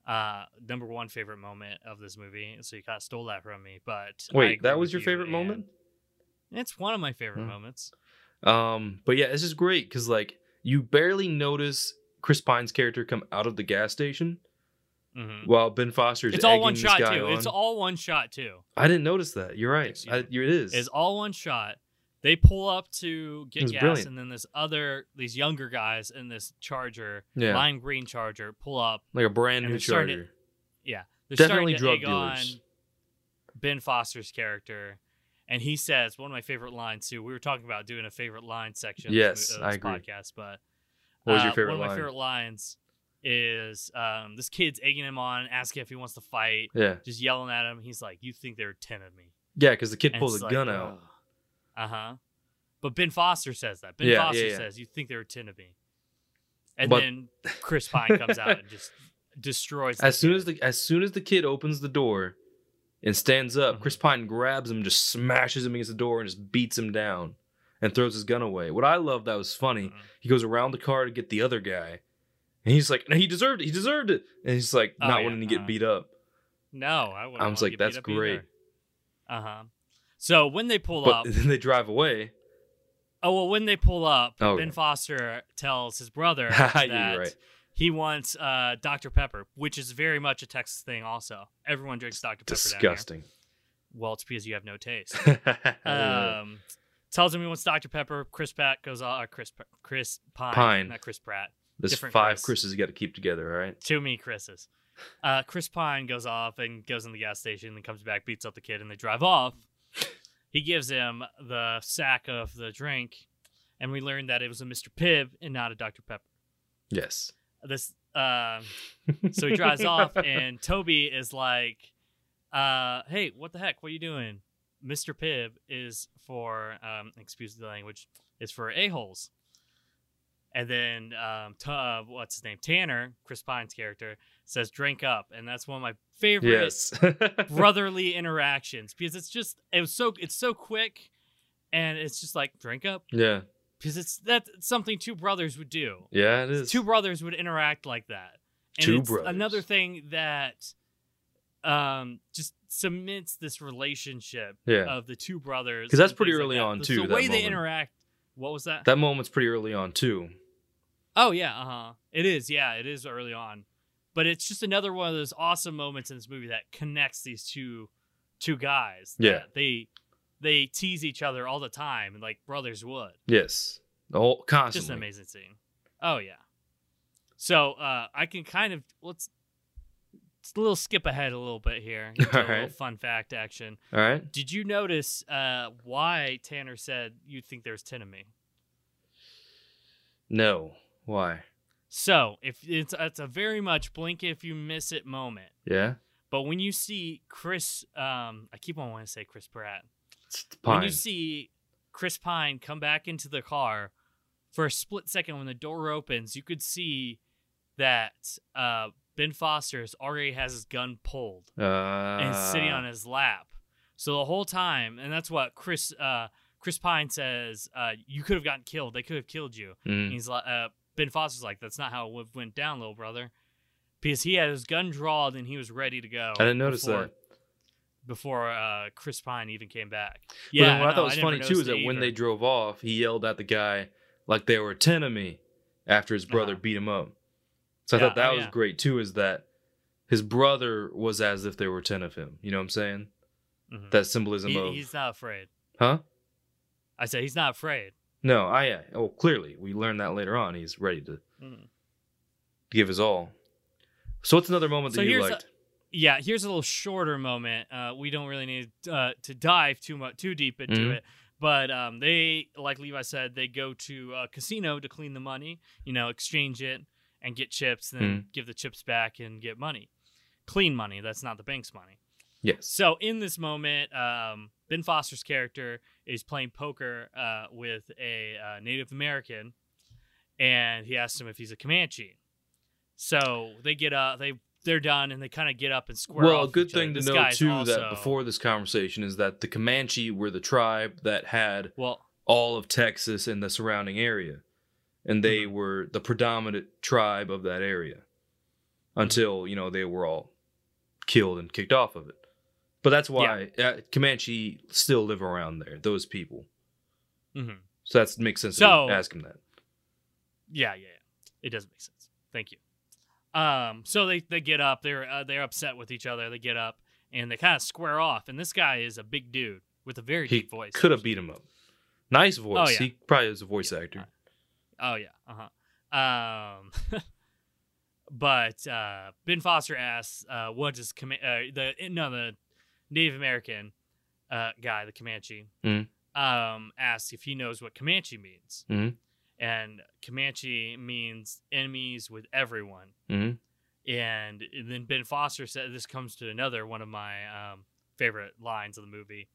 Speaker 1: uh, number one favorite moment of this movie. So you kind of stole that from me. But I
Speaker 2: Wait,
Speaker 1: agree
Speaker 2: that was
Speaker 1: with
Speaker 2: your
Speaker 1: you,
Speaker 2: favorite
Speaker 1: and
Speaker 2: moment?
Speaker 1: It's one of my favorite
Speaker 2: Hmm.
Speaker 1: moments.
Speaker 2: Um, but yeah, this is great because like you barely notice Chris Pine's character come out of the gas station
Speaker 1: hmm
Speaker 2: while Ben Foster is
Speaker 1: It's all
Speaker 2: egging
Speaker 1: one
Speaker 2: this
Speaker 1: shot too.
Speaker 2: guy
Speaker 1: It's
Speaker 2: on.
Speaker 1: all one shot too.
Speaker 2: I didn't notice that. You're right.
Speaker 1: Excuse
Speaker 2: I,
Speaker 1: me.
Speaker 2: you- it is.
Speaker 1: is all one shot. They pull up to
Speaker 2: It
Speaker 1: get
Speaker 2: was
Speaker 1: gas,
Speaker 2: brilliant.
Speaker 1: and then this other, these younger guys in this Charger,
Speaker 2: Yeah.
Speaker 1: lime green Charger, pull up.
Speaker 2: like a brand
Speaker 1: and
Speaker 2: new
Speaker 1: they're starting
Speaker 2: charger.
Speaker 1: Yeah, they're
Speaker 2: Definitely drug
Speaker 1: starting to egg
Speaker 2: dealers.
Speaker 1: on Ben Foster's character, and he says one of my favorite lines too. We were talking about doing a favorite line section. of this
Speaker 2: Yes,
Speaker 1: mo-
Speaker 2: I
Speaker 1: of this
Speaker 2: agree.
Speaker 1: Podcast, but
Speaker 2: What was your
Speaker 1: uh,
Speaker 2: favorite
Speaker 1: One of my
Speaker 2: line?
Speaker 1: favorite lines is um, this kid's egging him on, asking if he wants to fight,
Speaker 2: Yeah,
Speaker 1: just yelling at him. He's like, "You think there are ten of me?"
Speaker 2: yeah, because the kid
Speaker 1: And
Speaker 2: pulls
Speaker 1: it's
Speaker 2: a
Speaker 1: like,
Speaker 2: gun out.
Speaker 1: Uh huh. But Ben Foster says that. Ben
Speaker 2: Yeah,
Speaker 1: Foster
Speaker 2: yeah, yeah.
Speaker 1: says, "You think there were ten of me," and
Speaker 2: But-
Speaker 1: then Chris Pine comes out and just destroys.
Speaker 2: As soon
Speaker 1: kid.
Speaker 2: as the as soon as the kid opens the door and stands up,
Speaker 1: Mm-hmm.
Speaker 2: Chris Pine grabs him, just smashes him against the door, and just beats him down and throws his gun away. What I love that was funny.
Speaker 1: Mhm.
Speaker 2: He goes around the car to get the other guy, and he's like, "No, he deserved it. He deserved it." And he's like,
Speaker 1: Oh,
Speaker 2: not
Speaker 1: yeah,
Speaker 2: wanting to
Speaker 1: uh-huh.
Speaker 2: get beat up.
Speaker 1: no, I wouldn't
Speaker 2: I
Speaker 1: wanna
Speaker 2: was like,
Speaker 1: get beat
Speaker 2: "That's
Speaker 1: up
Speaker 2: great."
Speaker 1: Uh huh. So when they pull
Speaker 2: But
Speaker 1: up,
Speaker 2: then they drive away.
Speaker 1: oh well, when they pull up,
Speaker 2: Oh,
Speaker 1: Ben
Speaker 2: yeah.
Speaker 1: Foster tells his brother
Speaker 2: Yeah,
Speaker 1: that
Speaker 2: you're right.
Speaker 1: he wants uh, Dr Pepper, which is very much a Texas thing. Also, everyone drinks Dr Pepper. Down here.
Speaker 2: Disgusting.
Speaker 1: Well, it's because you have no taste.
Speaker 2: Pine.
Speaker 1: um, tells him he wants Dr. Pepper. Chris Pratt goes, uh, Chris, Chris Pine,
Speaker 2: Pine.
Speaker 1: not Chris Pratt.
Speaker 2: There's
Speaker 1: different
Speaker 2: five
Speaker 1: Chris.
Speaker 2: Chris's you got to keep together. All right.
Speaker 1: Too many Chris's. Uh, Chris Pine goes off and goes in the gas station and comes back, beats up the kid, and they drive off. He gives him the sack of the drink, and we learn that it was a Mr. Pibb and not a Dr. Pepper.
Speaker 2: Yes.
Speaker 1: This, um, so he drives off, and Toby is like, uh, "Hey, what the heck? What are you doing?" Mister Pibb is for, um, excuse the language, is for a holes. And then, um, t- uh, what's his name? Tanner, Chris Pine's character, says, "Drink up," and that's one of my favorite
Speaker 2: Yes.
Speaker 1: brotherly interactions because it's just it was so it's so quick, and it's just like drink up
Speaker 2: yeah.
Speaker 1: because it's that's something two brothers would do
Speaker 2: Yeah. It is.
Speaker 1: two brothers would interact like that And
Speaker 2: Two
Speaker 1: it's
Speaker 2: brothers.
Speaker 1: another thing that um just cements this relationship
Speaker 2: Yeah.
Speaker 1: of the two brothers
Speaker 2: 'Cause that's
Speaker 1: and
Speaker 2: pretty
Speaker 1: things like
Speaker 2: early
Speaker 1: that.
Speaker 2: on,
Speaker 1: The-
Speaker 2: too,
Speaker 1: The
Speaker 2: that
Speaker 1: way they
Speaker 2: moment.
Speaker 1: interact. What was that?
Speaker 2: That moment's pretty early on too.
Speaker 1: Oh yeah, uh huh. It is. Yeah, it is early on, but it's just another one of those awesome moments in this movie that connects these two two guys. that
Speaker 2: Yeah.
Speaker 1: they they tease each other all the time, and like brothers would.
Speaker 2: Yes. The whole constantly.
Speaker 1: Just an amazing scene. Oh yeah. So uh, I can kind of let's. It's a little skip ahead a little bit here. into
Speaker 2: All
Speaker 1: A little
Speaker 2: right.
Speaker 1: fun fact action.
Speaker 2: All right.
Speaker 1: Did you notice uh, why Tanner said you think there's ten of me?
Speaker 2: No. Why?
Speaker 1: So if it's it's a very much blink if you miss it moment.
Speaker 2: Yeah.
Speaker 1: But when you see Chris, um, I keep on wanting to say Chris Pratt.
Speaker 2: It's the
Speaker 1: When
Speaker 2: pine.
Speaker 1: you see Chris Pine come back into the car for a split second when the door opens, you could see that uh, Ben Foster's already has his gun pulled
Speaker 2: uh,
Speaker 1: and he's sitting on his lap. So the whole time, and that's what Chris uh, Chris Pine says. Uh, you could have gotten killed. They could have killed you. And
Speaker 2: Mm.
Speaker 1: he's like, uh, Ben Foster's like, that's not how it would- went down, little brother, because he had his gun drawn and he was ready to go.
Speaker 2: I didn't notice
Speaker 1: before,
Speaker 2: that.
Speaker 1: before uh, Chris Pine even came back. Yeah,
Speaker 2: Yeah, but then what I
Speaker 1: no,
Speaker 2: thought was
Speaker 1: never
Speaker 2: funny too
Speaker 1: noticed
Speaker 2: is that
Speaker 1: it
Speaker 2: when they
Speaker 1: either.
Speaker 2: drove off, he yelled at the guy like they were ten of me after his brother
Speaker 1: Uh-huh.
Speaker 2: beat him up. So I
Speaker 1: Yeah,
Speaker 2: thought that
Speaker 1: oh,
Speaker 2: was
Speaker 1: yeah.
Speaker 2: great too. Is that his brother was as if there were ten of him? You know what I'm saying?
Speaker 1: Mhm.
Speaker 2: That symbolism
Speaker 1: He-
Speaker 2: of
Speaker 1: he's not afraid.
Speaker 2: huh?
Speaker 1: I said he's not afraid.
Speaker 2: No, I I- oh clearly we learned that later on. He's ready to
Speaker 1: Mhm.
Speaker 2: give his all. So what's another moment
Speaker 1: So
Speaker 2: that you
Speaker 1: here's a-
Speaker 2: liked?
Speaker 1: Yeah, here's a little shorter moment. Uh, we don't really need uh, to dive too much too deep into
Speaker 2: Mhm.
Speaker 1: it. But um, they, like Levi said, they go to a casino to clean the money, you know, exchange it and get chips, then
Speaker 2: Mm-hmm.
Speaker 1: give the chips back and get money. Clean money. That's not the bank's money.
Speaker 2: yes.
Speaker 1: So in this moment, um, Ben Foster's character is playing poker uh, with a uh, Native American, and he asks him if he's a Comanche. So they get up, they they're done, and they kind of get up and square.
Speaker 2: Well,
Speaker 1: off
Speaker 2: a good
Speaker 1: each other.
Speaker 2: thing to
Speaker 1: This
Speaker 2: know
Speaker 1: guy's
Speaker 2: too
Speaker 1: also-
Speaker 2: that before this conversation is that the Comanche were the tribe that had
Speaker 1: well,
Speaker 2: all of Texas and the surrounding area. And they
Speaker 1: Mm-hmm.
Speaker 2: were the predominant tribe of that area
Speaker 1: Mm-hmm.
Speaker 2: until, you know, they were all killed and kicked off of it. But that's why uh, Comanche still live around there, those people.
Speaker 1: mhm.
Speaker 2: So that makes sense
Speaker 1: So-
Speaker 2: to ask him that.
Speaker 1: Yeah, yeah, yeah. It does make sense. Thank you. Um, so they they get up. They're uh, they're upset with each other. They get up and they kind of square off. And this guy is a big dude with a very
Speaker 2: He
Speaker 1: deep voice. Oh,
Speaker 2: could have beat him up. Nice voice.
Speaker 1: yeah.
Speaker 2: He probably is a voice actor.
Speaker 1: Oh yeah. Uh huh. Um, but uh, Ben Foster asks, uh, "What does Com- uh, the no the Native American uh, guy, the Comanche,
Speaker 2: Mhm.
Speaker 1: um, asks if he knows what Comanche means?"
Speaker 2: Mhm.
Speaker 1: And Comanche means enemies with everyone.
Speaker 2: Mhm.
Speaker 1: And then Ben Foster said, "This comes to another one of my um, favorite lines of the movie."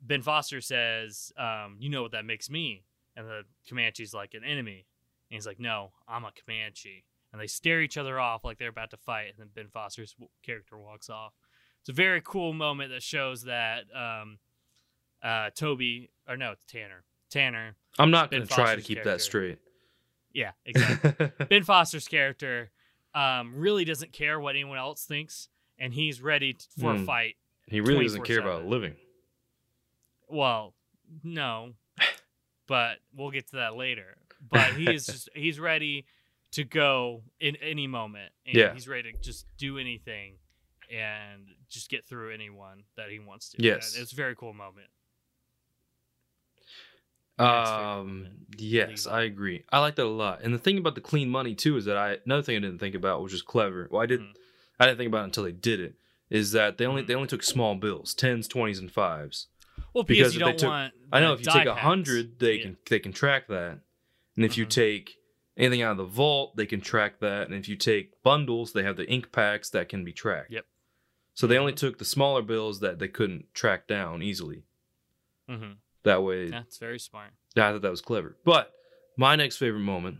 Speaker 1: Ben Foster says, um, "You know what that makes me." And the Comanche's like an enemy. And he's like, no, I'm a Comanche. And they stare each other off like they're about to fight. And then Ben Foster's w- character walks off. It's a very cool moment that shows that um, uh, Toby, or no, it's Tanner. Tanner.
Speaker 2: I'm not
Speaker 1: Ben
Speaker 2: going to try to
Speaker 1: Foster's
Speaker 2: keep that
Speaker 1: character.
Speaker 2: straight.
Speaker 1: Yeah, exactly. ben Foster's character um, really doesn't care what anyone else thinks. And he's ready t- for a
Speaker 2: Hmm.
Speaker 1: fight.
Speaker 2: he really doesn't care about
Speaker 1: 24/7.
Speaker 2: living.
Speaker 1: Well, no, but we'll get to that later. But he is just he's ready to go in any moment. And
Speaker 2: Yeah.
Speaker 1: he's ready to just do anything and just get through anyone that he wants to.
Speaker 2: Yes.
Speaker 1: And it's a very cool moment. Next favorite
Speaker 2: Um.
Speaker 1: moment.
Speaker 2: Yes,
Speaker 1: Levi.
Speaker 2: I agree. I like that a lot. And the thing about the clean money too is that I another thing I didn't think about, which is clever. Well, I didn't.
Speaker 1: Mhm.
Speaker 2: I didn't think about it until they did it. Is that they only
Speaker 1: Mhm.
Speaker 2: they only took small bills, tens, twenties, and fives.
Speaker 1: Well, because,
Speaker 2: Because
Speaker 1: you
Speaker 2: if they
Speaker 1: don't
Speaker 2: took-
Speaker 1: want
Speaker 2: I know
Speaker 1: the
Speaker 2: if you take
Speaker 1: die
Speaker 2: a
Speaker 1: packs.
Speaker 2: hundred, they
Speaker 1: Yeah.
Speaker 2: can they can track that. And if you
Speaker 1: Mhm.
Speaker 2: take anything out of the vault, they can track that. And if you take bundles, they have the ink packs that can be tracked.
Speaker 1: Yep.
Speaker 2: So they only took the smaller bills that they couldn't track down easily.
Speaker 1: Mhm.
Speaker 2: That way,
Speaker 1: That's very smart.
Speaker 2: Yeah, I thought that was clever. But my next favorite moment,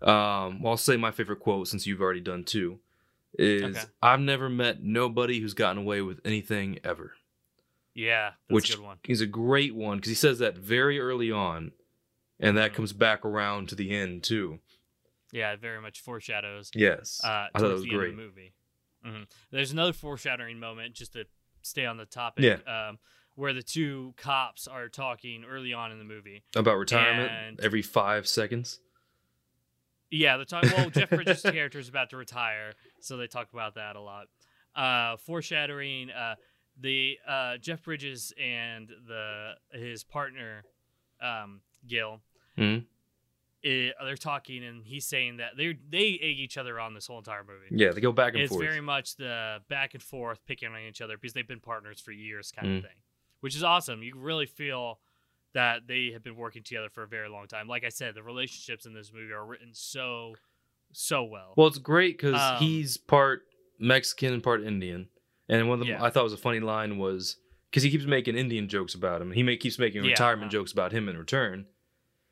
Speaker 2: um, well, I'll say my favorite quote since you've already done two, is
Speaker 1: Okay.
Speaker 2: I've never met nobody who's gotten away with anything ever,
Speaker 1: Yeah, that's
Speaker 2: which
Speaker 1: a good one.
Speaker 2: is a great one because he
Speaker 1: Mm-hmm.
Speaker 2: says that very early on, and that comes back around to the end too.
Speaker 1: Yeah, it very much foreshadows
Speaker 2: Yes.
Speaker 1: uh,
Speaker 2: I thought it
Speaker 1: towards
Speaker 2: was
Speaker 1: the end
Speaker 2: great.
Speaker 1: of the movie. hmm There's another foreshadowing moment just to stay on the topic. Um, where the two cops are talking early on in the movie.
Speaker 2: About retirement
Speaker 1: and-
Speaker 2: every five seconds.
Speaker 1: Yeah, they're talking. Well, Jeff Bridges' character is about to retire, so they talk about that a lot. Uh, foreshadowing uh, the uh, Jeff Bridges and the his partner um, Gil.
Speaker 2: Mhm.
Speaker 1: eh, they're talking, and he's saying that they they egg each other on this whole entire movie.
Speaker 2: Yeah, they go back and
Speaker 1: it's
Speaker 2: forth.
Speaker 1: very much the back and forth picking on each other because they've been partners for years kind
Speaker 2: Mm.
Speaker 1: of thing which is awesome you really feel that they have been working together for a very long time like i said the relationships in this movie are written so so well,
Speaker 2: Well, it's great because
Speaker 1: Um,
Speaker 2: he's part Mexican and part Indian. And one of the
Speaker 1: Yeah.
Speaker 2: I thought was a funny line was because he keeps making Indian jokes about him. He make, keeps making
Speaker 1: Yeah,
Speaker 2: retirement
Speaker 1: uh.
Speaker 2: jokes about him in return.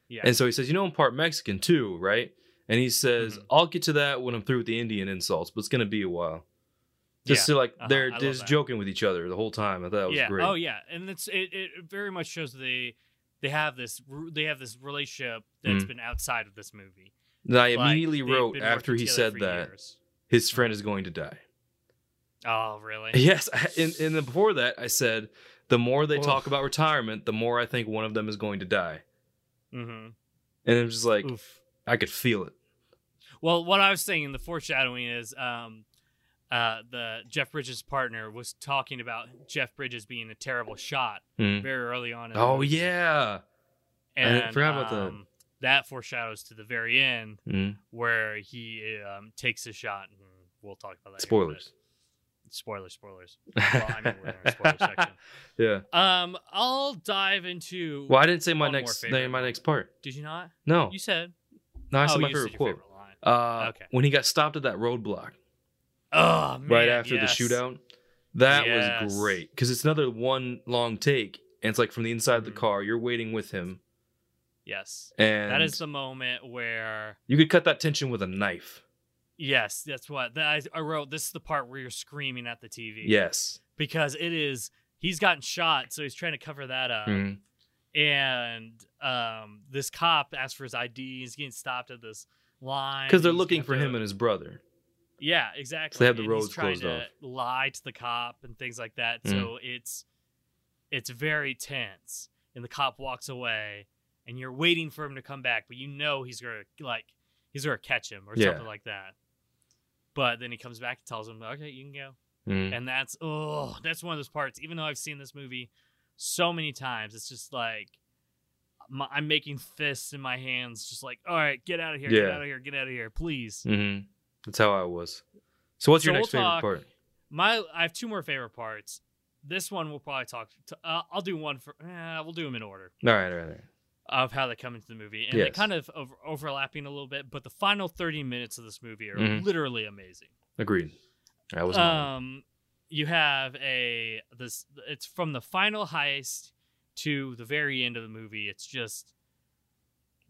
Speaker 1: yeah
Speaker 2: And so he says, "You know, I'm part Mexican too, right?" And he says,
Speaker 1: Mhm.
Speaker 2: "I'll get to that when I'm through with the Indian insults, but it's gonna be a while." Just
Speaker 1: Yeah,
Speaker 2: to like
Speaker 1: uh-huh,
Speaker 2: they're
Speaker 1: I love
Speaker 2: just
Speaker 1: that.
Speaker 2: joking with each other the whole time. I thought that was
Speaker 1: yeah
Speaker 2: great.
Speaker 1: oh yeah and it's it, it very much shows they they have this r- they have this relationship that's
Speaker 2: Mhm.
Speaker 1: been outside of this movie
Speaker 2: And I
Speaker 1: Like,
Speaker 2: immediately
Speaker 1: they've
Speaker 2: wrote
Speaker 1: been
Speaker 2: after
Speaker 1: working
Speaker 2: he
Speaker 1: together
Speaker 2: said
Speaker 1: for
Speaker 2: that
Speaker 1: years.
Speaker 2: his friend is going to die.
Speaker 1: oh really
Speaker 2: Yes, I- and and then before that, I said the more they
Speaker 1: Oh.
Speaker 2: talk about retirement, the more I think one of them is going to die.
Speaker 1: mm-hmm.
Speaker 2: And I'm just like,
Speaker 1: Oof.
Speaker 2: I could feel it.
Speaker 1: Well, what I was saying, the foreshadowing is um, uh, the Jeff Bridges partner was talking about Jeff Bridges being a terrible shot
Speaker 2: Mm.
Speaker 1: very early on. In the
Speaker 2: Oh
Speaker 1: movie.
Speaker 2: yeah.
Speaker 1: and
Speaker 2: I forgot about that.
Speaker 1: um, that foreshadows to the very end
Speaker 2: Mm.
Speaker 1: where he um, takes a shot, and we'll talk about that. here,
Speaker 2: Spoilers.
Speaker 1: but- Spoilers, spoilers. Well, I mean, we're in a spoiler section.
Speaker 2: Yeah.
Speaker 1: Um, I'll dive into.
Speaker 2: Well, I didn't say my
Speaker 1: One more
Speaker 2: next
Speaker 1: favorite.
Speaker 2: name, my next part.
Speaker 1: Did you not?
Speaker 2: No,
Speaker 1: You said.
Speaker 2: no, I said
Speaker 1: oh,
Speaker 2: my
Speaker 1: you said
Speaker 2: favorite
Speaker 1: your
Speaker 2: quote.
Speaker 1: favorite line.
Speaker 2: Uh,
Speaker 1: Okay.
Speaker 2: When he got stopped at that roadblock
Speaker 1: Oh man,
Speaker 2: right after
Speaker 1: yes.
Speaker 2: the shootout, that was
Speaker 1: Yes.
Speaker 2: great because it's another one long take, and it's like from the inside of the
Speaker 1: Mhm.
Speaker 2: car. You're waiting with him,
Speaker 1: Yes.
Speaker 2: and
Speaker 1: that is the moment where
Speaker 2: you could cut that tension with a knife.
Speaker 1: yes that's what that I, I wrote this is the part where you're screaming at the tv
Speaker 2: Yes.
Speaker 1: because it is he's gotten shot so he's trying to cover that up
Speaker 2: Mhm.
Speaker 1: and um this cop asks for his id he's getting stopped at this line
Speaker 2: Because they're
Speaker 1: he's
Speaker 2: looking
Speaker 1: got
Speaker 2: for
Speaker 1: the-
Speaker 2: him and his brother.
Speaker 1: yeah exactly
Speaker 2: have the
Speaker 1: and
Speaker 2: roads
Speaker 1: he's trying
Speaker 2: closed
Speaker 1: to
Speaker 2: off. Mm.
Speaker 1: lie to the cop and things like that so it's it's very tense and the cop walks away and you're waiting for him to come back but you know he's gonna like he's gonna catch him or
Speaker 2: Yeah.
Speaker 1: something like that but then he comes back and tells him okay you can go
Speaker 2: Mhm.
Speaker 1: and that's oh that's one of those parts even though i've seen this movie so many times it's just like my, i'm making fists in my hands just like all right get out of here get
Speaker 2: Yeah.
Speaker 1: out of here get out of here please
Speaker 2: Mhm. That's how I was. So what's your
Speaker 1: So
Speaker 2: next
Speaker 1: we'll
Speaker 2: favorite
Speaker 1: talk-
Speaker 2: part?
Speaker 1: my i have two more favorite parts this one we'll probably talk to, uh, i'll do one for eh, we'll do them in order
Speaker 2: All right, all right, all right.
Speaker 1: of how they come into the movie and they're
Speaker 2: Yes.
Speaker 1: kind of over- overlapping a little bit but the final 30 minutes of this movie are
Speaker 2: Mhm.
Speaker 1: literally amazing
Speaker 2: Agreed. That was mine.
Speaker 1: um you have a this it's from the final heist to the very end of the movie it's just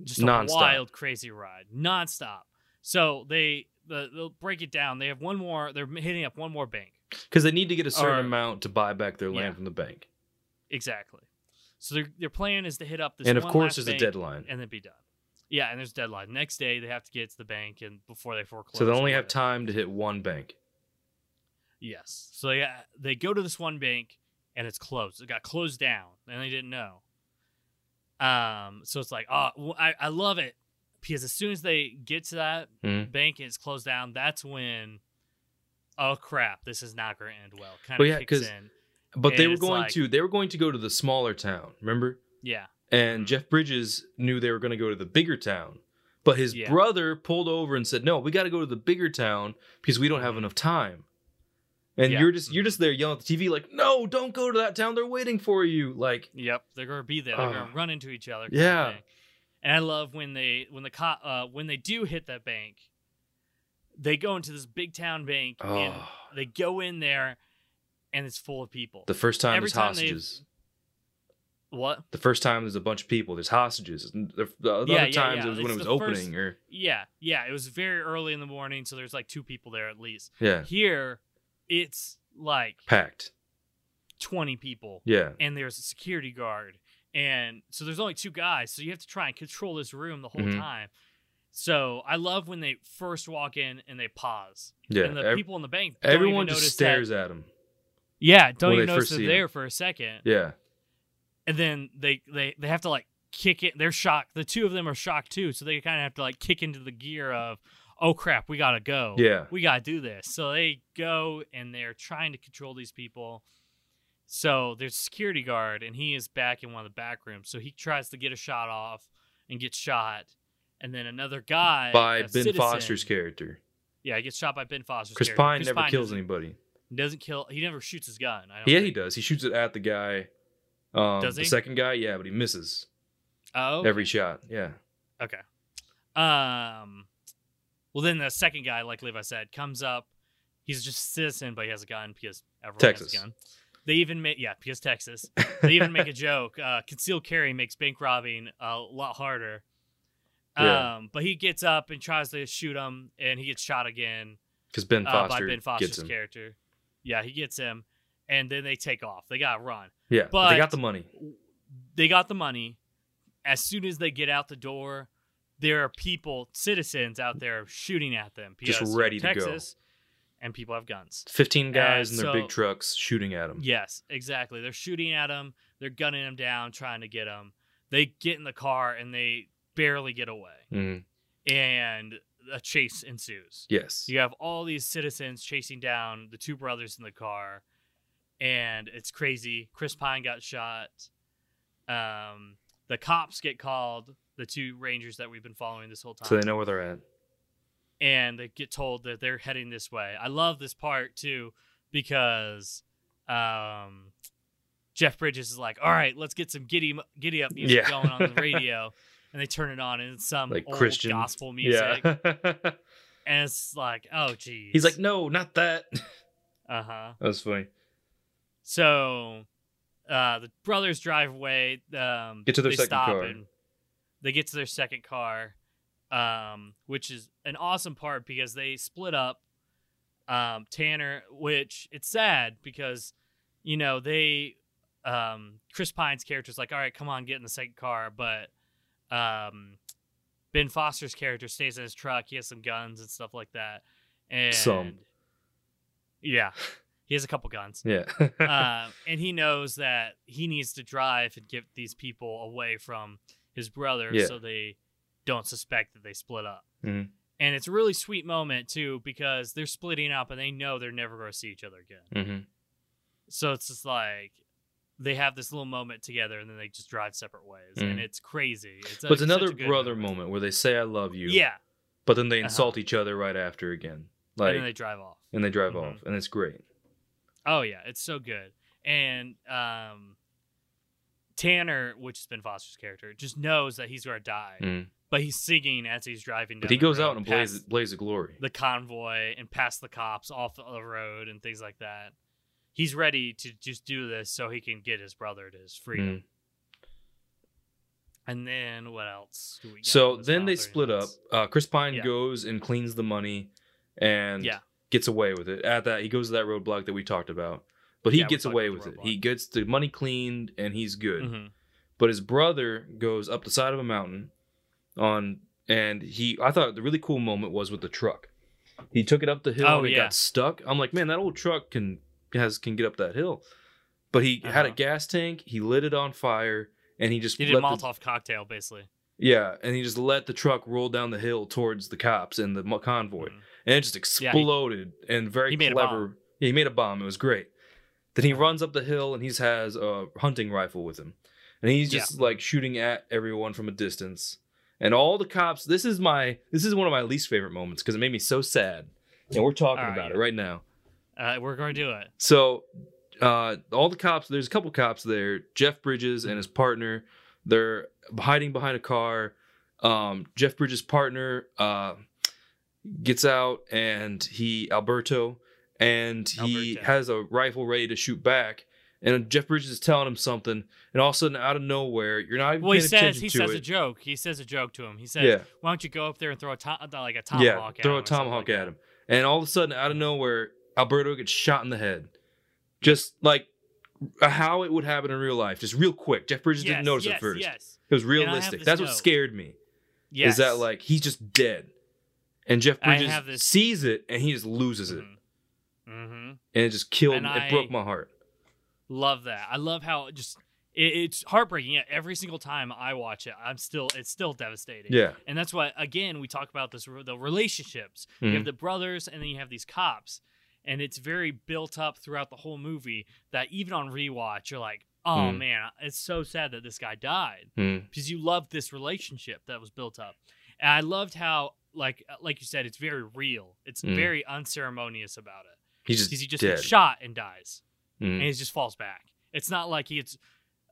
Speaker 1: just
Speaker 2: Nonstop.
Speaker 1: a wild crazy ride nonstop so they the, they'll break it down they have one more they're hitting up one more bank
Speaker 2: Because they need to get a certain
Speaker 1: Or-
Speaker 2: amount to buy back their
Speaker 1: Yeah.
Speaker 2: land from the bank.
Speaker 1: exactly so their their plan is to hit up this
Speaker 2: and of
Speaker 1: one
Speaker 2: course,
Speaker 1: last
Speaker 2: there's
Speaker 1: bank
Speaker 2: a deadline.
Speaker 1: and then be done yeah and there's a deadline next day they have to get to the bank and before they foreclose
Speaker 2: So they
Speaker 1: or
Speaker 2: only have
Speaker 1: whatever.
Speaker 2: time to hit one bank.
Speaker 1: Yes. So they, uh, they go to this one bank and it's closed. It got closed down and they didn't know. Um, so it's like, oh, w- I, I love it because as soon as they get to that
Speaker 2: Mhm.
Speaker 1: bank and it's closed down, that's when, oh crap, this is not going to end well. Kind
Speaker 2: Well,
Speaker 1: of
Speaker 2: yeah,
Speaker 1: kicks
Speaker 2: 'cause-
Speaker 1: in.
Speaker 2: But they
Speaker 1: And
Speaker 2: were
Speaker 1: it's
Speaker 2: going
Speaker 1: like-
Speaker 2: to they were going to go to the smaller town, remember?
Speaker 1: Yeah. Mm-hmm.
Speaker 2: And Jeff Bridges knew they were going to go to the bigger town. But his
Speaker 1: Yeah.
Speaker 2: brother pulled over and said, "No, we got to go to the bigger town because we don't have enough time." And
Speaker 1: Mm-hmm. Yeah. Mm-hmm.
Speaker 2: you're just you're just there yelling at the TV like, "No, don't go to that town. They're waiting for you." Like,
Speaker 1: Yep. They're going to be there. They're going
Speaker 2: Ugh.
Speaker 1: to run into each other. kind of
Speaker 2: Yeah.
Speaker 1: thing. And I love when they when the cop uh, when they do hit that bank, they go into this big town bank and
Speaker 2: oh,
Speaker 1: they go in there and it's full of people.
Speaker 2: the first time
Speaker 1: every
Speaker 2: there's
Speaker 1: time they've-
Speaker 2: hostages.
Speaker 1: what?
Speaker 2: The first time there's a bunch of people. There's hostages. And The, the
Speaker 1: Yeah,
Speaker 2: other
Speaker 1: yeah,
Speaker 2: times
Speaker 1: yeah.
Speaker 2: it was when
Speaker 1: It's
Speaker 2: it was
Speaker 1: the first-
Speaker 2: opening or
Speaker 1: Yeah, yeah. It was very early in the morning, so there's like two people there at least.
Speaker 2: yeah,
Speaker 1: Here, it's like
Speaker 2: packed.
Speaker 1: 20 people,
Speaker 2: Yeah,
Speaker 1: and there's a security guard, and so there's only two guys, so you have to try and control this room the whole
Speaker 2: Mhm.
Speaker 1: time. So I love when they first walk in and they pause.
Speaker 2: Yeah,
Speaker 1: and the
Speaker 2: ev-
Speaker 1: people in the bank don't
Speaker 2: everyone
Speaker 1: even
Speaker 2: just
Speaker 1: notice
Speaker 2: stares
Speaker 1: that,
Speaker 2: at him.
Speaker 1: Yeah, don't
Speaker 2: when
Speaker 1: even
Speaker 2: they
Speaker 1: notice
Speaker 2: first
Speaker 1: they're
Speaker 2: see
Speaker 1: there
Speaker 2: him.
Speaker 1: for a second.
Speaker 2: Yeah,
Speaker 1: And then they, they they have to like kick it. They're shocked. The two of them are shocked too, so they kind of have to like kick into the gear of, oh crap, we gotta go.
Speaker 2: Yeah.
Speaker 1: we gotta do this. So they go and they're trying to control these people. So there's a security guard and he is back in one of the back rooms. So he tries to get a shot off and gets shot. And then another guy
Speaker 2: by
Speaker 1: a
Speaker 2: Ben
Speaker 1: citizen-
Speaker 2: Foster's character.
Speaker 1: Yeah, he gets shot by Ben Foster's
Speaker 2: Chris
Speaker 1: character.
Speaker 2: Pine never kills
Speaker 1: doesn't,
Speaker 2: anybody.
Speaker 1: Doesn't kill. He never shoots his gun. I don't
Speaker 2: Yeah,
Speaker 1: think.
Speaker 2: he does. He shoots it at the guy. Um,
Speaker 1: Does he?
Speaker 2: The second guy, yeah, but he misses
Speaker 1: Oh,
Speaker 2: every shot. Yeah,
Speaker 1: Okay. Um. Well, then the second guy, like Levi said, comes up. He's just a citizen, but he has a gun because everyone
Speaker 2: Texas.
Speaker 1: has a gun. They even make yeah because Texas. They even make a joke. Uh, concealed carry makes bank robbing a lot harder. Um,
Speaker 2: Yeah.
Speaker 1: but he gets up and tries to shoot him, and he gets shot again
Speaker 2: because Ben
Speaker 1: uh,
Speaker 2: Foster
Speaker 1: by Ben
Speaker 2: gets
Speaker 1: Foster's
Speaker 2: him.
Speaker 1: character. Yeah, he gets him, and then they take off. They got to run.
Speaker 2: Yeah, but
Speaker 1: But-
Speaker 2: they got the money.
Speaker 1: they got the money. As soon as they get out the door, there are people, citizens out there shooting at them.
Speaker 2: Just
Speaker 1: because
Speaker 2: ready to go.
Speaker 1: Texas, And people have guns.
Speaker 2: Fifteen guys
Speaker 1: And
Speaker 2: in their
Speaker 1: so-
Speaker 2: big trucks shooting at him.
Speaker 1: Yes, exactly. They're shooting at them. They're gunning them down, trying to get them. They get in the car and they barely get away.
Speaker 2: Mhm.
Speaker 1: And a chase ensues.
Speaker 2: Yes.
Speaker 1: You have all these citizens chasing down the two brothers in the car, and it's crazy. Chris Pine got shot. Um, the cops get called, the two rangers that we've been following this whole time,
Speaker 2: So they know where they're at.
Speaker 1: and they get told that they're heading this way. I love this part too because um, Jeff Bridges is like, "All right, let's get some giddy giddy up music
Speaker 2: Yeah.
Speaker 1: going on the radio," and they turn it on, and it's some
Speaker 2: Like
Speaker 1: old
Speaker 2: Christian
Speaker 1: gospel music,
Speaker 2: Yeah.
Speaker 1: and it's like, "Oh, geez."
Speaker 2: He's like, no, not that.
Speaker 1: "Uh huh."
Speaker 2: That's funny.
Speaker 1: So uh, the brothers drive away. Um,
Speaker 2: Get to their
Speaker 1: they
Speaker 2: second
Speaker 1: stop
Speaker 2: car.
Speaker 1: And they get to their second car, um, which is an awesome part because they split up. Um, Tanner, which it's sad because you know they, um, Chris Pine's character's like, all right, come on, get in the second car, but um, Ben Foster's character stays in his truck. He has some guns and stuff like that. And
Speaker 2: Some.
Speaker 1: Yeah, he has a couple guns
Speaker 2: Yeah.
Speaker 1: um, and he knows that he needs to drive and get these people away from his brother
Speaker 2: Yeah.
Speaker 1: so they don't suspect that they split up.
Speaker 2: Mhm.
Speaker 1: And it's a really sweet moment too because they're splitting up and they know they're never going to see each other again.
Speaker 2: hmm
Speaker 1: So it's just like they have this little moment together and then they just drive separate ways and
Speaker 2: Mhm.
Speaker 1: it's crazy. It's
Speaker 2: But it's another
Speaker 1: such a good
Speaker 2: brother moment where they say "I love you,"
Speaker 1: Yeah,
Speaker 2: but then they
Speaker 1: Uh-huh.
Speaker 2: insult each other right after again, like,
Speaker 1: and then they drive off.
Speaker 2: drive
Speaker 1: Mhm.
Speaker 2: off, and it's great.
Speaker 1: Oh yeah, it's so good. And um Tanner, which has been Foster's character, just knows that he's gonna die.
Speaker 2: Mm.
Speaker 1: But he's singing as he's driving down.
Speaker 2: But he
Speaker 1: the
Speaker 2: goes
Speaker 1: road
Speaker 2: out in a blaze,
Speaker 1: past
Speaker 2: blaze of glory.
Speaker 1: the convoy and past the cops off the road and things like that. He's ready to just do this so he can get his brother to his
Speaker 2: Mm.
Speaker 1: freedom. And then what else do we got
Speaker 2: so
Speaker 1: in this
Speaker 2: then
Speaker 1: top
Speaker 2: they
Speaker 1: 30
Speaker 2: split up.
Speaker 1: minutes?
Speaker 2: Uh, Chris Pine
Speaker 1: Yeah.
Speaker 2: goes and cleans the money, and
Speaker 1: Yeah.
Speaker 2: gets away with it. At that, he goes to that roadblock that we talked about, but he
Speaker 1: Yeah, we
Speaker 2: gets
Speaker 1: talked
Speaker 2: away
Speaker 1: about
Speaker 2: with
Speaker 1: the
Speaker 2: it.
Speaker 1: roadblock.
Speaker 2: He gets the money cleaned, and he's good.
Speaker 1: Mhm.
Speaker 2: but his brother goes up the side of a mountain on and he i thought the really cool moment was with the truck he took it up the hill
Speaker 1: Oh,
Speaker 2: and it
Speaker 1: yeah.
Speaker 2: got stuck i'm like man that old truck can has can get up that hill but he had a
Speaker 1: Uh-huh.
Speaker 2: gas tank he lit it on fire and he just
Speaker 1: He did a
Speaker 2: let the-
Speaker 1: Molotov cocktail basically.
Speaker 2: yeah and he just let the truck roll down the hill towards the cops and the mo- convoy
Speaker 1: Mhm.
Speaker 2: and it just
Speaker 1: Yeah, he-
Speaker 2: exploded and very
Speaker 1: he made a
Speaker 2: clever yeah, he made a bomb it was great then he runs up the hill and he has a hunting rifle with him and he's
Speaker 1: Yeah.
Speaker 2: just like shooting at everyone from a distance and all the cops this is my this is one of my least favorite moments because it made me so sad and we're talking
Speaker 1: All right,
Speaker 2: about
Speaker 1: yeah.
Speaker 2: it right now
Speaker 1: Uh, we're gonna do it.
Speaker 2: so uh, all the cops, there's a couple cops there. Jeff Bridges and his partner, they're hiding behind a car. Um, Jeff Bridges' partner uh, gets out, and he Alberto, and he
Speaker 1: Alberto.
Speaker 2: has a rifle ready to shoot back. And Jeff Bridges is telling him something, and all of a sudden, out of nowhere, you're not even
Speaker 1: Well, he
Speaker 2: paying
Speaker 1: says
Speaker 2: attention
Speaker 1: he
Speaker 2: to
Speaker 1: says
Speaker 2: it.
Speaker 1: a joke. He says a joke to him. He says,
Speaker 2: Yeah.
Speaker 1: "Why don't you go up there and throw a to- like a
Speaker 2: yeah,
Speaker 1: tomahawk? at
Speaker 2: throw
Speaker 1: him
Speaker 2: a
Speaker 1: or something
Speaker 2: tomahawk
Speaker 1: like
Speaker 2: at him, and all of a sudden, out of nowhere, Alberto gets shot in the head, just like how it would happen in real life, just real quick. Jeff Bridges
Speaker 1: Yes,
Speaker 2: didn't notice
Speaker 1: yes,
Speaker 2: at first;
Speaker 1: Yes,
Speaker 2: it was
Speaker 1: I have
Speaker 2: realistic.
Speaker 1: this
Speaker 2: That's what
Speaker 1: note.
Speaker 2: scared me. Is that like he's just dead, and Jeff
Speaker 1: I
Speaker 2: Bridges
Speaker 1: have this-
Speaker 2: sees it and he just loses it,
Speaker 1: Mm-hmm.
Speaker 2: and it just killed.
Speaker 1: And
Speaker 2: me.
Speaker 1: I-
Speaker 2: it broke my heart.
Speaker 1: Love that. I love how it just it, it's heartbreaking. Yeah, Every single time I watch it, I'm still it's still devastating.
Speaker 2: Yeah.
Speaker 1: and that's why again we talk about this the relationships. You have
Speaker 2: Mhm.
Speaker 1: the brothers, and then you have these cops, and it's very built up throughout the whole movie. That even on rewatch, you're like, oh
Speaker 2: Mhm.
Speaker 1: man, it's so sad that this guy died
Speaker 2: Mm.
Speaker 1: because you loved this relationship that was built up, and I loved how like like you said, it's very real. It's
Speaker 2: Mhm.
Speaker 1: very unceremonious about it
Speaker 2: He's just
Speaker 1: because he just
Speaker 2: dead.
Speaker 1: gets shot and dies
Speaker 2: Mm.
Speaker 1: and he just falls back. It's not like he's.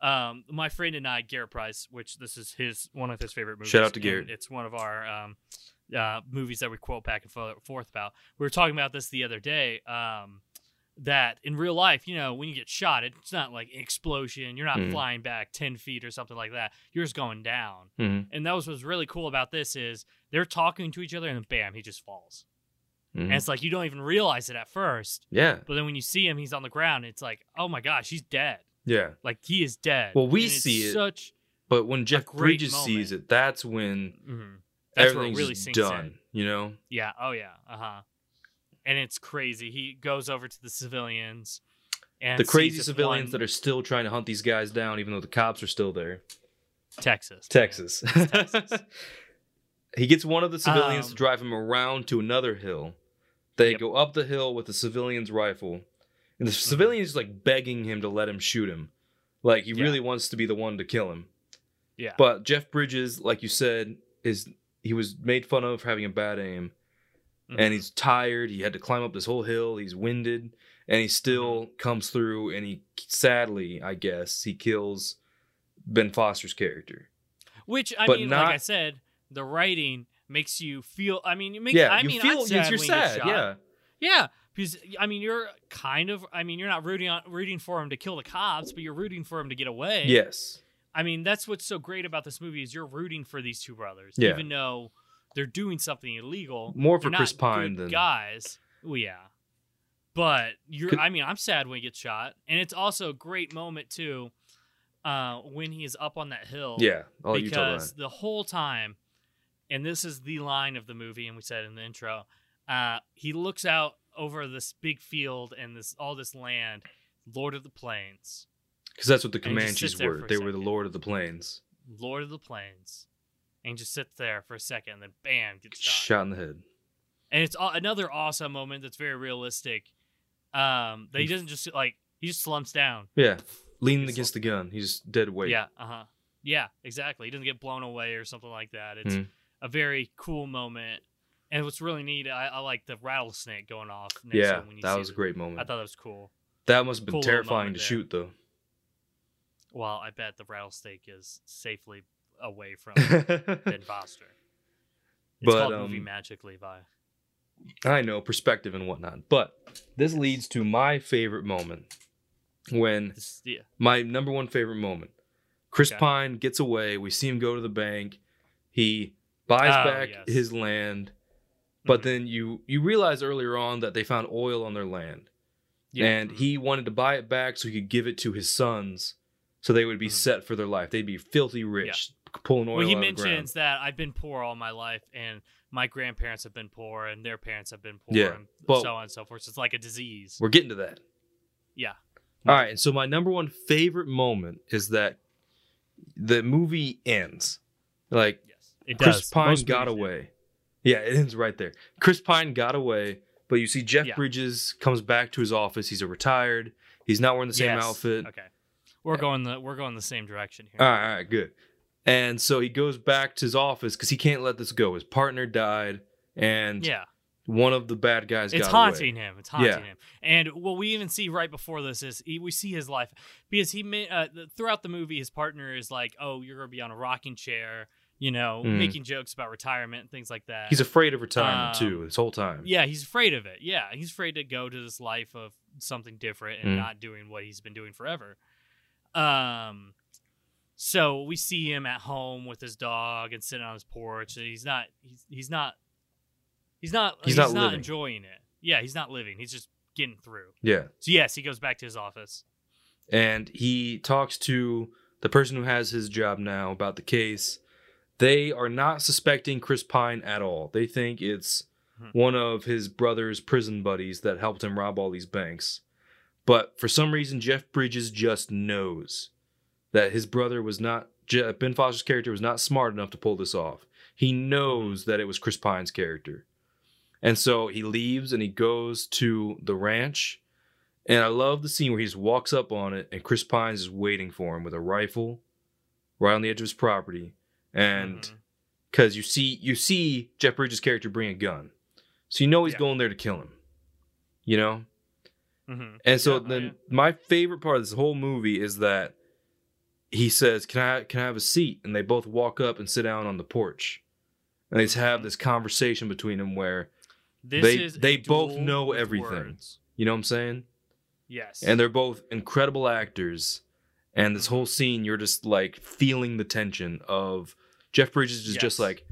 Speaker 1: Um, my friend and I, Garrett Price, which this is his one of his favorite movies.
Speaker 2: Shout out to
Speaker 1: and
Speaker 2: Garrett.
Speaker 1: It's one of our um, uh, movies that we quote back and fo- forth about. We were talking about this the other day. Um, that in real life, you know, when you get shot, it's not like an explosion. You're not
Speaker 2: Mhm.
Speaker 1: flying back ten feet or something like that. You're just going down.
Speaker 2: Mhm.
Speaker 1: And that was what's really cool about this is they're talking to each other, and then bam, he just falls.
Speaker 2: Mhm.
Speaker 1: And it's like you don't even realize it at first,
Speaker 2: Yeah,
Speaker 1: but then when you see him, he's on the ground. It's like, oh my gosh, he's dead.
Speaker 2: yeah.
Speaker 1: Like he is dead.
Speaker 2: Well, we
Speaker 1: And it's
Speaker 2: see it.
Speaker 1: Such
Speaker 2: But when Jeff
Speaker 1: great
Speaker 2: Bridges
Speaker 1: moment.
Speaker 2: sees it, that's when
Speaker 1: Mhm. that's where it
Speaker 2: everything's
Speaker 1: really
Speaker 2: just
Speaker 1: sinks
Speaker 2: done.
Speaker 1: in.
Speaker 2: You know?
Speaker 1: Yeah. Oh yeah. Uh huh. And it's crazy. He goes over to the civilians, and
Speaker 2: the crazy civilians that are still trying to hunt these guys down, even though the cops are still there.
Speaker 1: Texas.
Speaker 2: Texas. he gets one of the civilians to
Speaker 1: Um,
Speaker 2: drive him around to another hill. They
Speaker 1: Yep. Mm-hmm.
Speaker 2: go up the hill with the civilian's rifle, and the civilian's like begging him to let him shoot him. Like he
Speaker 1: Yeah.
Speaker 2: really wants to be the one to kill him.
Speaker 1: Yeah.
Speaker 2: But Jeff Bridges, like you said, is he was made fun of for having a bad aim.
Speaker 1: Mm-hmm. Hmm.
Speaker 2: and he's tired. He had to climb up this whole hill. He's winded, and
Speaker 1: Mm-hmm.
Speaker 2: he still comes through. And he sadly, I guess, he kills Ben Foster's character.
Speaker 1: which I
Speaker 2: but
Speaker 1: mean,
Speaker 2: not-
Speaker 1: like I said, the writing makes you feel. I mean, it makes.
Speaker 2: yeah,
Speaker 1: I
Speaker 2: you
Speaker 1: mean, I'm
Speaker 2: feel it's-
Speaker 1: sad
Speaker 2: you're
Speaker 1: when you get
Speaker 2: sad.
Speaker 1: shot.
Speaker 2: Yeah,
Speaker 1: Yeah, because I mean, you're kind of. I mean, you're not rooting on rooting for him to kill the cops, but you're rooting for him to get away.
Speaker 2: yes,
Speaker 1: I mean, that's what's so great about this movie is you're rooting for these two brothers,
Speaker 2: Yeah.
Speaker 1: even though they're doing something illegal.
Speaker 2: More for
Speaker 1: They're not
Speaker 2: Chris Pine
Speaker 1: good
Speaker 2: than-
Speaker 1: guys. Well, yeah, but you're.
Speaker 2: Could-
Speaker 1: I mean, I'm sad when he gets shot, and it's also a great moment too uh, when he is up on that hill.
Speaker 2: yeah. All you tell
Speaker 1: because the whole time, and this is the line of the movie, and we said in the intro, uh, he looks out over this big field and this all this land, Lord of the Plains.
Speaker 2: because that's what the
Speaker 1: and he just
Speaker 2: Comanches
Speaker 1: sits there
Speaker 2: were.
Speaker 1: for a
Speaker 2: They were the
Speaker 1: second.
Speaker 2: Lord of the Plains.
Speaker 1: Lord of the Plains, and just sits there for a second, and then bam, gets shot.
Speaker 2: Shot in the head.
Speaker 1: And it's a- another awesome moment that's very realistic. Um, that he doesn't just like he just slumps down.
Speaker 2: Yeah, leaning
Speaker 1: He's
Speaker 2: against the gun. He's dead weight.
Speaker 1: Yeah, uh huh. Yeah, exactly. He doesn't get blown away or something like that. It's
Speaker 2: Mhm.
Speaker 1: a very cool moment. And what's really neat, I, I like the rattlesnake going off. Next to
Speaker 2: yeah.
Speaker 1: him when you
Speaker 2: That
Speaker 1: see
Speaker 2: was a
Speaker 1: the-
Speaker 2: great moment.
Speaker 1: I thought that was cool.
Speaker 2: that must have been
Speaker 1: cool little
Speaker 2: terrifying
Speaker 1: moment
Speaker 2: to
Speaker 1: there.
Speaker 2: shoot, though.
Speaker 1: Well, I bet the rattlesnake is safely away from Ben
Speaker 2: but
Speaker 1: Foster. It's called movie
Speaker 2: um,
Speaker 1: magic, Levi.
Speaker 2: I know perspective and whatnot, but this leads to my favorite moment when
Speaker 1: This, yeah.
Speaker 2: my number one favorite moment. Chris
Speaker 1: Okay.
Speaker 2: Pine gets away. We see him go to the bank. He buys
Speaker 1: Oh,
Speaker 2: back
Speaker 1: yes.
Speaker 2: his land, but
Speaker 1: Mhm.
Speaker 2: then you you realize earlier on that they found oil on their land,
Speaker 1: Yeah.
Speaker 2: and he wanted to buy it back so he could give it to his sons, so they would be
Speaker 1: Mhm.
Speaker 2: set for their life. They'd be filthy rich, pulling oil.
Speaker 1: Well, he
Speaker 2: out of the ground.
Speaker 1: mentions that I've been poor all my life, and my grandparents have been poor, and their parents have been poor,
Speaker 2: Yeah,
Speaker 1: and
Speaker 2: but-
Speaker 1: so on and so forth. So it's like a disease.
Speaker 2: We're getting to that.
Speaker 1: Yeah.
Speaker 2: All right, and so my number one favorite moment is that the movie ends. Like
Speaker 1: Yes, it
Speaker 2: Chris
Speaker 1: does.
Speaker 2: Pine
Speaker 1: Most
Speaker 2: got
Speaker 1: movies do.
Speaker 2: away. Yeah, it ends right there. Chris Pine got away, but you see Jeff
Speaker 1: Yeah.
Speaker 2: Bridges comes back to his office. He's a retired. He's not wearing the same
Speaker 1: Yes.
Speaker 2: outfit.
Speaker 1: Okay, we're going the we're going the same direction here.
Speaker 2: All right, all right, good. And so he goes back to his office because he can't let this go. His partner died, and
Speaker 1: yeah,
Speaker 2: one of the bad guys
Speaker 1: it's
Speaker 2: got
Speaker 1: haunting
Speaker 2: away.
Speaker 1: him. It's haunting
Speaker 2: Yeah.
Speaker 1: him. And what we even see right before this is he, we see his life because he ma- uh, th- throughout the movie his partner is like, "Oh, you're gonna be on a rocking chair," you know,
Speaker 2: Mm.
Speaker 1: making jokes about retirement and things like that.
Speaker 2: He's afraid of retirement
Speaker 1: Um,
Speaker 2: too. This whole time.
Speaker 1: Yeah, he's afraid of it. Yeah, he's afraid to go to this life of something different and
Speaker 2: Mm.
Speaker 1: not doing what he's been doing forever. Um, so we see him at home with his dog and sitting on his porch. and He's not. He's he's not. He's not.
Speaker 2: He's
Speaker 1: He's,
Speaker 2: not
Speaker 1: not,
Speaker 2: living.
Speaker 1: enjoying it. Yeah, he's not living. He's just getting through.
Speaker 2: Yeah.
Speaker 1: So yes, he goes back to his office.
Speaker 2: and he talks to the person who has his job now about the case They are not suspecting Chris Pine at all. They think it's one of his brother's prison buddies that helped him rob all these banks. But for some reason, Jeff Bridges just knows that his brother was not, Je- Ben Foster's character was not smart enough to pull this off. He knows that it was Chris Pine's character. And so he leaves and he goes to the ranch. And I love the scene where he just walks up on it and Chris Pine's is waiting for him with a rifle right on the edge of his property. And because you see you see Jeff Bridges' character bring a gun. So you know he's
Speaker 1: Yeah.
Speaker 2: going there to kill him. You know?
Speaker 1: Mhm.
Speaker 2: And so
Speaker 1: Yeah,
Speaker 2: then
Speaker 1: yeah.
Speaker 2: my favorite part of this whole movie is that he says, "Can I can I have a seat?" And they both walk up and sit down on the porch, and they just have this conversation between them where
Speaker 1: This
Speaker 2: They-
Speaker 1: is a
Speaker 2: they both
Speaker 1: duel
Speaker 2: know
Speaker 1: with
Speaker 2: everything.
Speaker 1: words.
Speaker 2: you know what I'm saying.
Speaker 1: Yes.
Speaker 2: And they're both incredible actors, and this whole scene you're just like feeling the tension of Jeff Bridges is
Speaker 1: Yes.
Speaker 2: just like,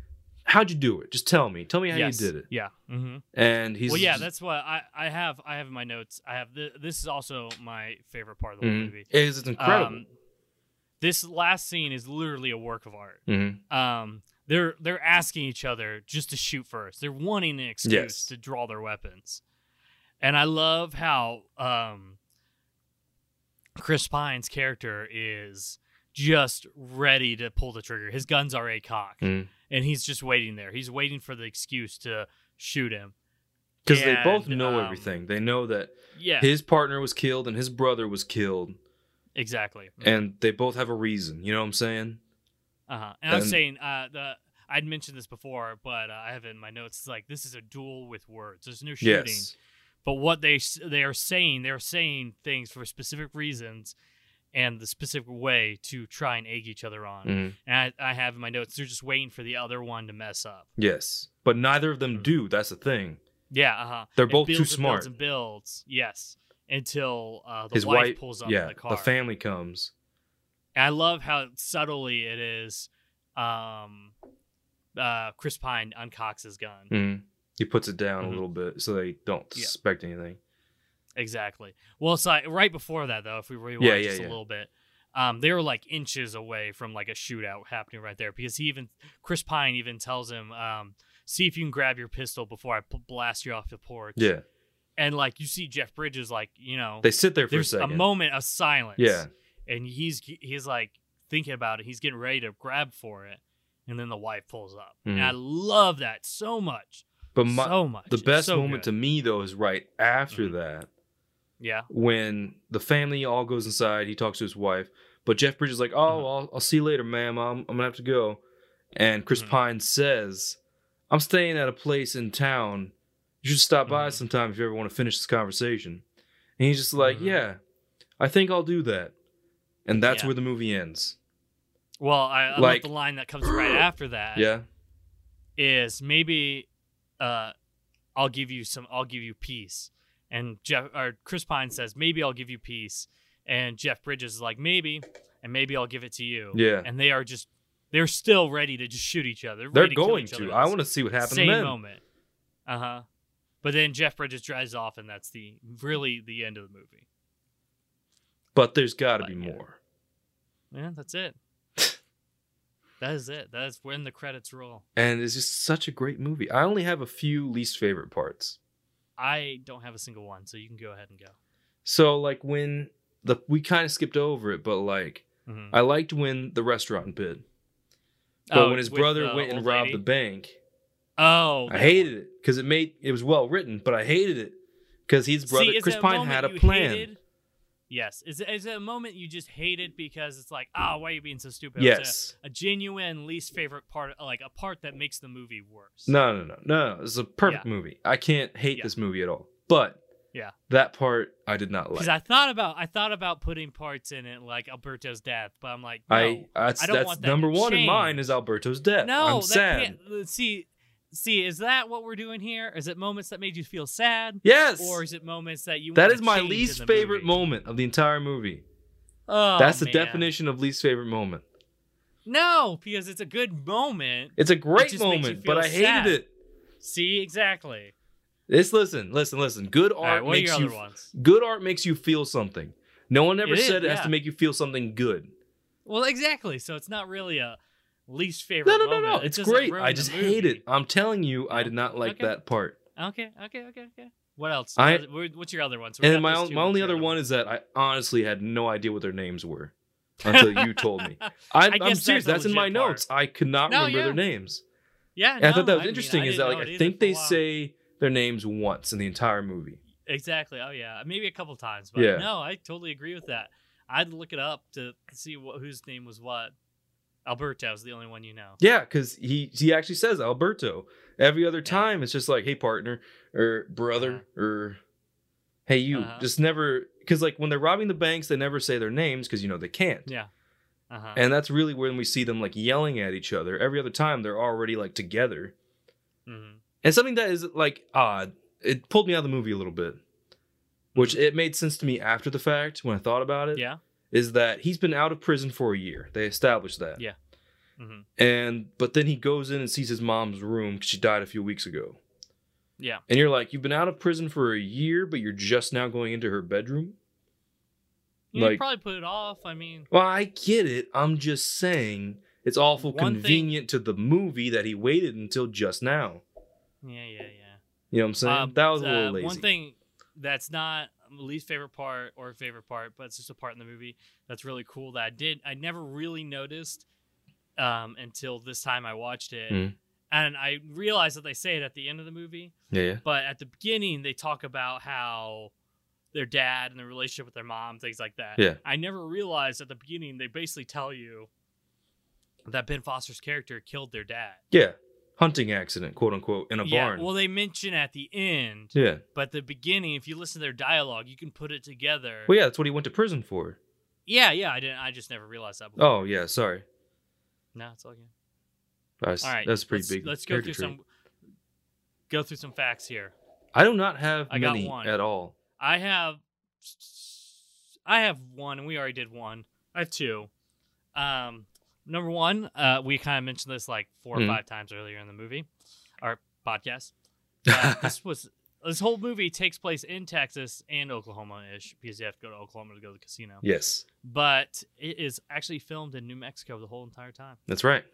Speaker 2: "How'd you do it? Just tell me. Tell me how
Speaker 1: yes.
Speaker 2: you did it."
Speaker 1: Yeah. hmm
Speaker 2: And he's
Speaker 1: well, yeah,
Speaker 2: just-
Speaker 1: that's what I, I have. I have in my notes. I have th- this is also my favorite part of the whole
Speaker 2: Mhm.
Speaker 1: movie.
Speaker 2: It is- it's incredible.
Speaker 1: Um, this last scene is literally a work of art.
Speaker 2: Mhm.
Speaker 1: Um, they're they're asking each other just to shoot first. They're wanting an excuse
Speaker 2: Yes.
Speaker 1: to draw their weapons, and I love how um, Chris Pine's character is just ready to pull the trigger. His gun's already cocked,
Speaker 2: Mhm.
Speaker 1: and he's just waiting there. He's waiting for the excuse to shoot him.
Speaker 2: Because they both
Speaker 1: And,
Speaker 2: know
Speaker 1: um,
Speaker 2: everything. They know that
Speaker 1: Yeah,
Speaker 2: his partner was killed and his brother was killed,
Speaker 1: exactly.
Speaker 2: and they both have a reason. You know what I'm saying?
Speaker 1: Uh-huh. And, I'm
Speaker 2: And-
Speaker 1: saying uh, the I'd mentioned this before, but uh, I have it in my notes. It's like this is a duel with words. There's no shooting,
Speaker 2: Yes.
Speaker 1: but what they s- they are saying, they're saying things for specific reasons and the specific way to try and egg each other on.
Speaker 2: Mhm.
Speaker 1: And I, I have in my notes, they're just waiting for the other one to mess up.
Speaker 2: Yes. But neither of
Speaker 1: Mm-hmm.
Speaker 2: them do. That's the thing.
Speaker 1: Yeah, uh-huh.
Speaker 2: They're
Speaker 1: It
Speaker 2: both too
Speaker 1: builds and builds
Speaker 2: smart.
Speaker 1: And builds, yes, until uh, the
Speaker 2: His
Speaker 1: wife,
Speaker 2: wife
Speaker 1: pulls up
Speaker 2: yeah,
Speaker 1: in the car.
Speaker 2: family comes.
Speaker 1: And I love how subtly it is. Um, uh, Chris Pine uncocks his gun.
Speaker 2: Mhm. He puts it down
Speaker 1: Mhm.
Speaker 2: a little bit so they don't
Speaker 1: Yeah.
Speaker 2: suspect anything.
Speaker 1: Exactly. Well, so I- right before that though, if we rewind
Speaker 2: Yeah, yeah,
Speaker 1: just a
Speaker 2: yeah.
Speaker 1: little bit, um, they were like inches away from like a shootout happening right there because he even Chris Pine even tells him, um, "See if you can grab your pistol before I p- blast you off the porch."
Speaker 2: Yeah.
Speaker 1: And like you see Jeff Bridges, like you know,
Speaker 2: They sit there for
Speaker 1: there's
Speaker 2: a
Speaker 1: a,
Speaker 2: second.
Speaker 1: moment of silence.
Speaker 2: Yeah.
Speaker 1: And he's he's like thinking about it. He's getting ready to grab for it, and then the wife pulls up. And
Speaker 2: Mhm.
Speaker 1: I love that so much,
Speaker 2: But my,
Speaker 1: so much.
Speaker 2: the
Speaker 1: It's
Speaker 2: best
Speaker 1: so
Speaker 2: moment to
Speaker 1: good.
Speaker 2: me, though, is right after
Speaker 1: Mhm.
Speaker 2: that
Speaker 1: yeah.
Speaker 2: when the family all goes inside. He talks to his wife, but Jeff Bridges is like, "Oh,
Speaker 1: Mm-hmm.
Speaker 2: I'll, I'll see you later, ma'am. I'm, I'm gonna have to go." And Chris
Speaker 1: Mhm.
Speaker 2: Pine says, "I'm staying at a place in town. You should stop by
Speaker 1: Mhm.
Speaker 2: sometime if you ever want to finish this conversation." And he's just like,
Speaker 1: Mhm.
Speaker 2: "Yeah, I think I'll do that." And that's
Speaker 1: Yeah.
Speaker 2: where the movie ends.
Speaker 1: Well, I, I like
Speaker 2: Like-
Speaker 1: the line that comes right after that.
Speaker 2: Yeah,
Speaker 1: is maybe uh I'll give you some I'll give you peace. And Jeff or Chris Pine says, Maybe I'll give you peace. And Jeff Bridges is like, Maybe, and maybe I'll give it to you.
Speaker 2: Yeah.
Speaker 1: And they are just they're still ready to just shoot each other.
Speaker 2: they're
Speaker 1: ready kill
Speaker 2: going
Speaker 1: each other
Speaker 2: to.
Speaker 1: in
Speaker 2: I
Speaker 1: this
Speaker 2: want to see what happens
Speaker 1: same
Speaker 2: then.
Speaker 1: moment. Uh huh. But then Jeff Bridges drives off and that's the really the end of the movie.
Speaker 2: But there's got to
Speaker 1: But,
Speaker 2: be
Speaker 1: yeah.
Speaker 2: more.
Speaker 1: Yeah, that's it. that is it. That is when the credits roll.
Speaker 2: And it's just such a great movie. I only have a few least favorite parts.
Speaker 1: I don't have a single one, so you can go ahead and go.
Speaker 2: So like when the we kind of skipped over it, but like
Speaker 1: Mhm.
Speaker 2: I liked when the restaurant bid. But
Speaker 1: Oh,
Speaker 2: when his
Speaker 1: with
Speaker 2: brother
Speaker 1: the
Speaker 2: went and
Speaker 1: old
Speaker 2: robbed
Speaker 1: lady?
Speaker 2: the bank,
Speaker 1: Oh,
Speaker 2: I hated it because it made it was well written, but I hated it because his brother Chris Pine had a plan.
Speaker 1: Yes, is is it a moment you just hated because it's like, ah, why are you being so stupid? It's a-
Speaker 2: Yes.
Speaker 1: a, genuine least favorite part, like a part that makes the movie worse.
Speaker 2: No, no, no, no. no, It's a perfect
Speaker 1: Yeah.
Speaker 2: movie. I can't hate
Speaker 1: Yeah.
Speaker 2: this movie at all. But
Speaker 1: Yeah.
Speaker 2: that part I did not like.
Speaker 1: because I thought about I thought about putting parts in it like Alberto's death, but I'm like, no,
Speaker 2: I that's,
Speaker 1: I don't
Speaker 2: that's
Speaker 1: want that
Speaker 2: number
Speaker 1: to
Speaker 2: one in mine
Speaker 1: change.
Speaker 2: is Alberto's death.
Speaker 1: no,
Speaker 2: I'm
Speaker 1: that
Speaker 2: sad.
Speaker 1: can't- see, see, is that what we're doing here? Is it moments that made you feel sad?
Speaker 2: Yes,
Speaker 1: Or is it moments that you
Speaker 2: that
Speaker 1: wanna
Speaker 2: is my
Speaker 1: change in
Speaker 2: least
Speaker 1: the
Speaker 2: favorite
Speaker 1: movie?
Speaker 2: moment of the entire movie.
Speaker 1: Oh,
Speaker 2: that's the
Speaker 1: man.
Speaker 2: definition of least favorite moment.
Speaker 1: No, because it's a good moment.
Speaker 2: It's a great
Speaker 1: just makes you
Speaker 2: moment,
Speaker 1: feel
Speaker 2: but I hated
Speaker 1: sad.
Speaker 2: it.
Speaker 1: See, exactly.
Speaker 2: This listen, listen, listen. Good
Speaker 1: All right,
Speaker 2: art
Speaker 1: what are
Speaker 2: makes
Speaker 1: your
Speaker 2: you
Speaker 1: other ones?
Speaker 2: good art makes you feel something. No one ever
Speaker 1: It is,
Speaker 2: said it has
Speaker 1: yeah.
Speaker 2: to make you feel something good.
Speaker 1: Well, exactly. So it's not really a least favorite.
Speaker 2: No, no, no,
Speaker 1: moment.
Speaker 2: no.
Speaker 1: It
Speaker 2: It's
Speaker 1: doesn't
Speaker 2: great.
Speaker 1: ruin
Speaker 2: I
Speaker 1: the
Speaker 2: just
Speaker 1: movie.
Speaker 2: hate it. I'm telling you, I did not like
Speaker 1: Okay.
Speaker 2: that part.
Speaker 1: Okay, okay, okay, okay. What else?
Speaker 2: I-
Speaker 1: What- what- What's your other one? So we
Speaker 2: And
Speaker 1: got
Speaker 2: my,
Speaker 1: those
Speaker 2: on-
Speaker 1: two.
Speaker 2: my
Speaker 1: What's
Speaker 2: only
Speaker 1: your
Speaker 2: other one is that I honestly had no idea what their names were until you told me. I,
Speaker 1: guess
Speaker 2: I'm
Speaker 1: that's
Speaker 2: serious.
Speaker 1: the
Speaker 2: That's in my
Speaker 1: legit part.
Speaker 2: notes. I could not
Speaker 1: No,
Speaker 2: remember
Speaker 1: yeah.
Speaker 2: their names.
Speaker 1: Yeah,
Speaker 2: And I thought
Speaker 1: no,
Speaker 2: that was
Speaker 1: mean,
Speaker 2: interesting.
Speaker 1: I
Speaker 2: is
Speaker 1: didn't
Speaker 2: that like
Speaker 1: know it
Speaker 2: I
Speaker 1: either for
Speaker 2: think
Speaker 1: a
Speaker 2: they
Speaker 1: while.
Speaker 2: say their names once in the entire movie.
Speaker 1: exactly. Oh yeah, maybe a couple times, but
Speaker 2: Yeah.
Speaker 1: no, I totally agree with that. I'd look it up to see what whose name was what. Alberto's the only one you know.
Speaker 2: Yeah, because he he actually says Alberto. Every other time, it's just like, hey partner, or brother, or hey you.
Speaker 1: Uh-huh.
Speaker 2: Just never because like when they're robbing the banks, they never say their names because you know they can't.
Speaker 1: Yeah. Uh huh.
Speaker 2: And that's really when we see them like yelling at each other. Every other time, they're already like together.
Speaker 1: hmm
Speaker 2: And something that is like odd. It pulled me out of the movie a little bit, which it made sense to me after the fact when I thought about it.
Speaker 1: Mm-hmm. Yeah.
Speaker 2: is that he's been out of prison for a year. They established that.
Speaker 1: Yeah. hmm
Speaker 2: And but then he goes in and sees his mom's room because she died a few weeks ago.
Speaker 1: Yeah.
Speaker 2: And you're like, you've been out of prison for a year, but you're just now going into her bedroom.
Speaker 1: You could
Speaker 2: Like-
Speaker 1: probably put it off. I mean,
Speaker 2: Well, I get it. I'm just saying it's awful
Speaker 1: One thing-
Speaker 2: convenient to the movie that he waited until just now.
Speaker 1: yeah, yeah, yeah.
Speaker 2: You know what I'm saying?
Speaker 1: Um,
Speaker 2: that was a
Speaker 1: uh,
Speaker 2: little lazy.
Speaker 1: One thing that's not my least favorite part or favorite part, but it's just a part in the movie that's really cool that I did. I never really noticed um, until this time I watched it,
Speaker 2: Mm.
Speaker 1: and I realized that they say it at the end of the movie.
Speaker 2: Yeah, yeah.
Speaker 1: But at the beginning, they talk about how their dad and the relationship with their mom, things like that.
Speaker 2: Yeah.
Speaker 1: I never realized at the beginning they basically tell you that Ben Foster's character killed their dad.
Speaker 2: Yeah. Hunting accident, quote unquote, in a
Speaker 1: yeah.
Speaker 2: barn.
Speaker 1: Well, they mention at the end.
Speaker 2: yeah.
Speaker 1: But the beginning, if you listen to their dialogue, you can put it together.
Speaker 2: Well, yeah, that's what he went to prison for.
Speaker 1: yeah, yeah, I didn't. I just never realized that. Before.
Speaker 2: Oh, yeah, sorry.
Speaker 1: no, it's all good.
Speaker 2: That's,
Speaker 1: All right,
Speaker 2: that's a pretty
Speaker 1: let's,
Speaker 2: big.
Speaker 1: Let's go
Speaker 2: character
Speaker 1: through
Speaker 2: trait.
Speaker 1: some. Go through some facts here.
Speaker 2: I do not have
Speaker 1: I got
Speaker 2: many
Speaker 1: one.
Speaker 2: at all.
Speaker 1: I have, I have one, and we already did one. I have two. Um, number one, uh, we kind of mentioned this like 4
Speaker 2: Mhm.
Speaker 1: or five times earlier in the movie, our podcast. Uh, this was this whole movie takes place in Texas and Oklahoma ish because you have to go to Oklahoma to go to the casino.
Speaker 2: Yes,
Speaker 1: but it is actually filmed in New Mexico the whole entire time.
Speaker 2: that's right.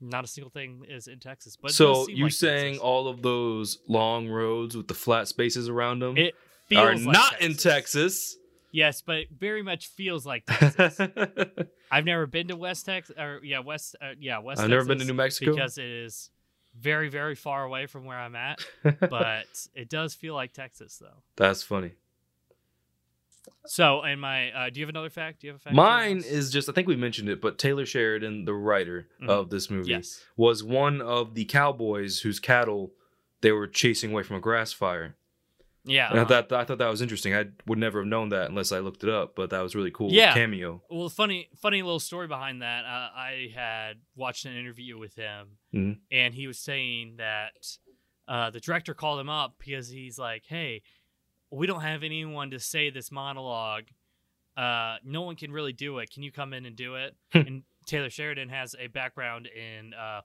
Speaker 1: Not a single thing is in Texas. But it does
Speaker 2: so
Speaker 1: seem
Speaker 2: you
Speaker 1: like
Speaker 2: saying
Speaker 1: Texas.
Speaker 2: all of those long roads with the flat spaces around them
Speaker 1: it feels
Speaker 2: are
Speaker 1: like
Speaker 2: not
Speaker 1: Yes, but it very much feels like
Speaker 2: in
Speaker 1: Texas.
Speaker 2: Texas.
Speaker 1: I've never been to West Texas, or yeah, West, uh, yeah, West.
Speaker 2: I've never been to
Speaker 1: Texas
Speaker 2: New Mexico.
Speaker 1: because it is very, very far away from where I'm at. but it does feel like Texas, though.
Speaker 2: That's funny.
Speaker 1: So, and my, uh, do you have another fact? Do you have a fact?
Speaker 2: Mine
Speaker 1: Terrence?
Speaker 2: is just I think we mentioned it, but Taylor Sheridan, the writer
Speaker 1: Mhm.
Speaker 2: of this movie,
Speaker 1: yes.
Speaker 2: was one of the cowboys whose cattle they were chasing away from a grass fire.
Speaker 1: Yeah.
Speaker 2: And I
Speaker 1: uh-huh.
Speaker 2: thought I thought that was interesting. I would never have known that unless I looked it up, but that was really cool
Speaker 1: Yeah.
Speaker 2: cameo.
Speaker 1: Well, funny, funny little story behind that. Uh, I had watched an interview with him,
Speaker 2: Mhm.
Speaker 1: and he was saying that uh, the director called him up because he's like, "Hey, we don't have anyone to say this monologue. Uh, no one can really do it. Can you come in and do it?" and Taylor Sheridan has a background in uh,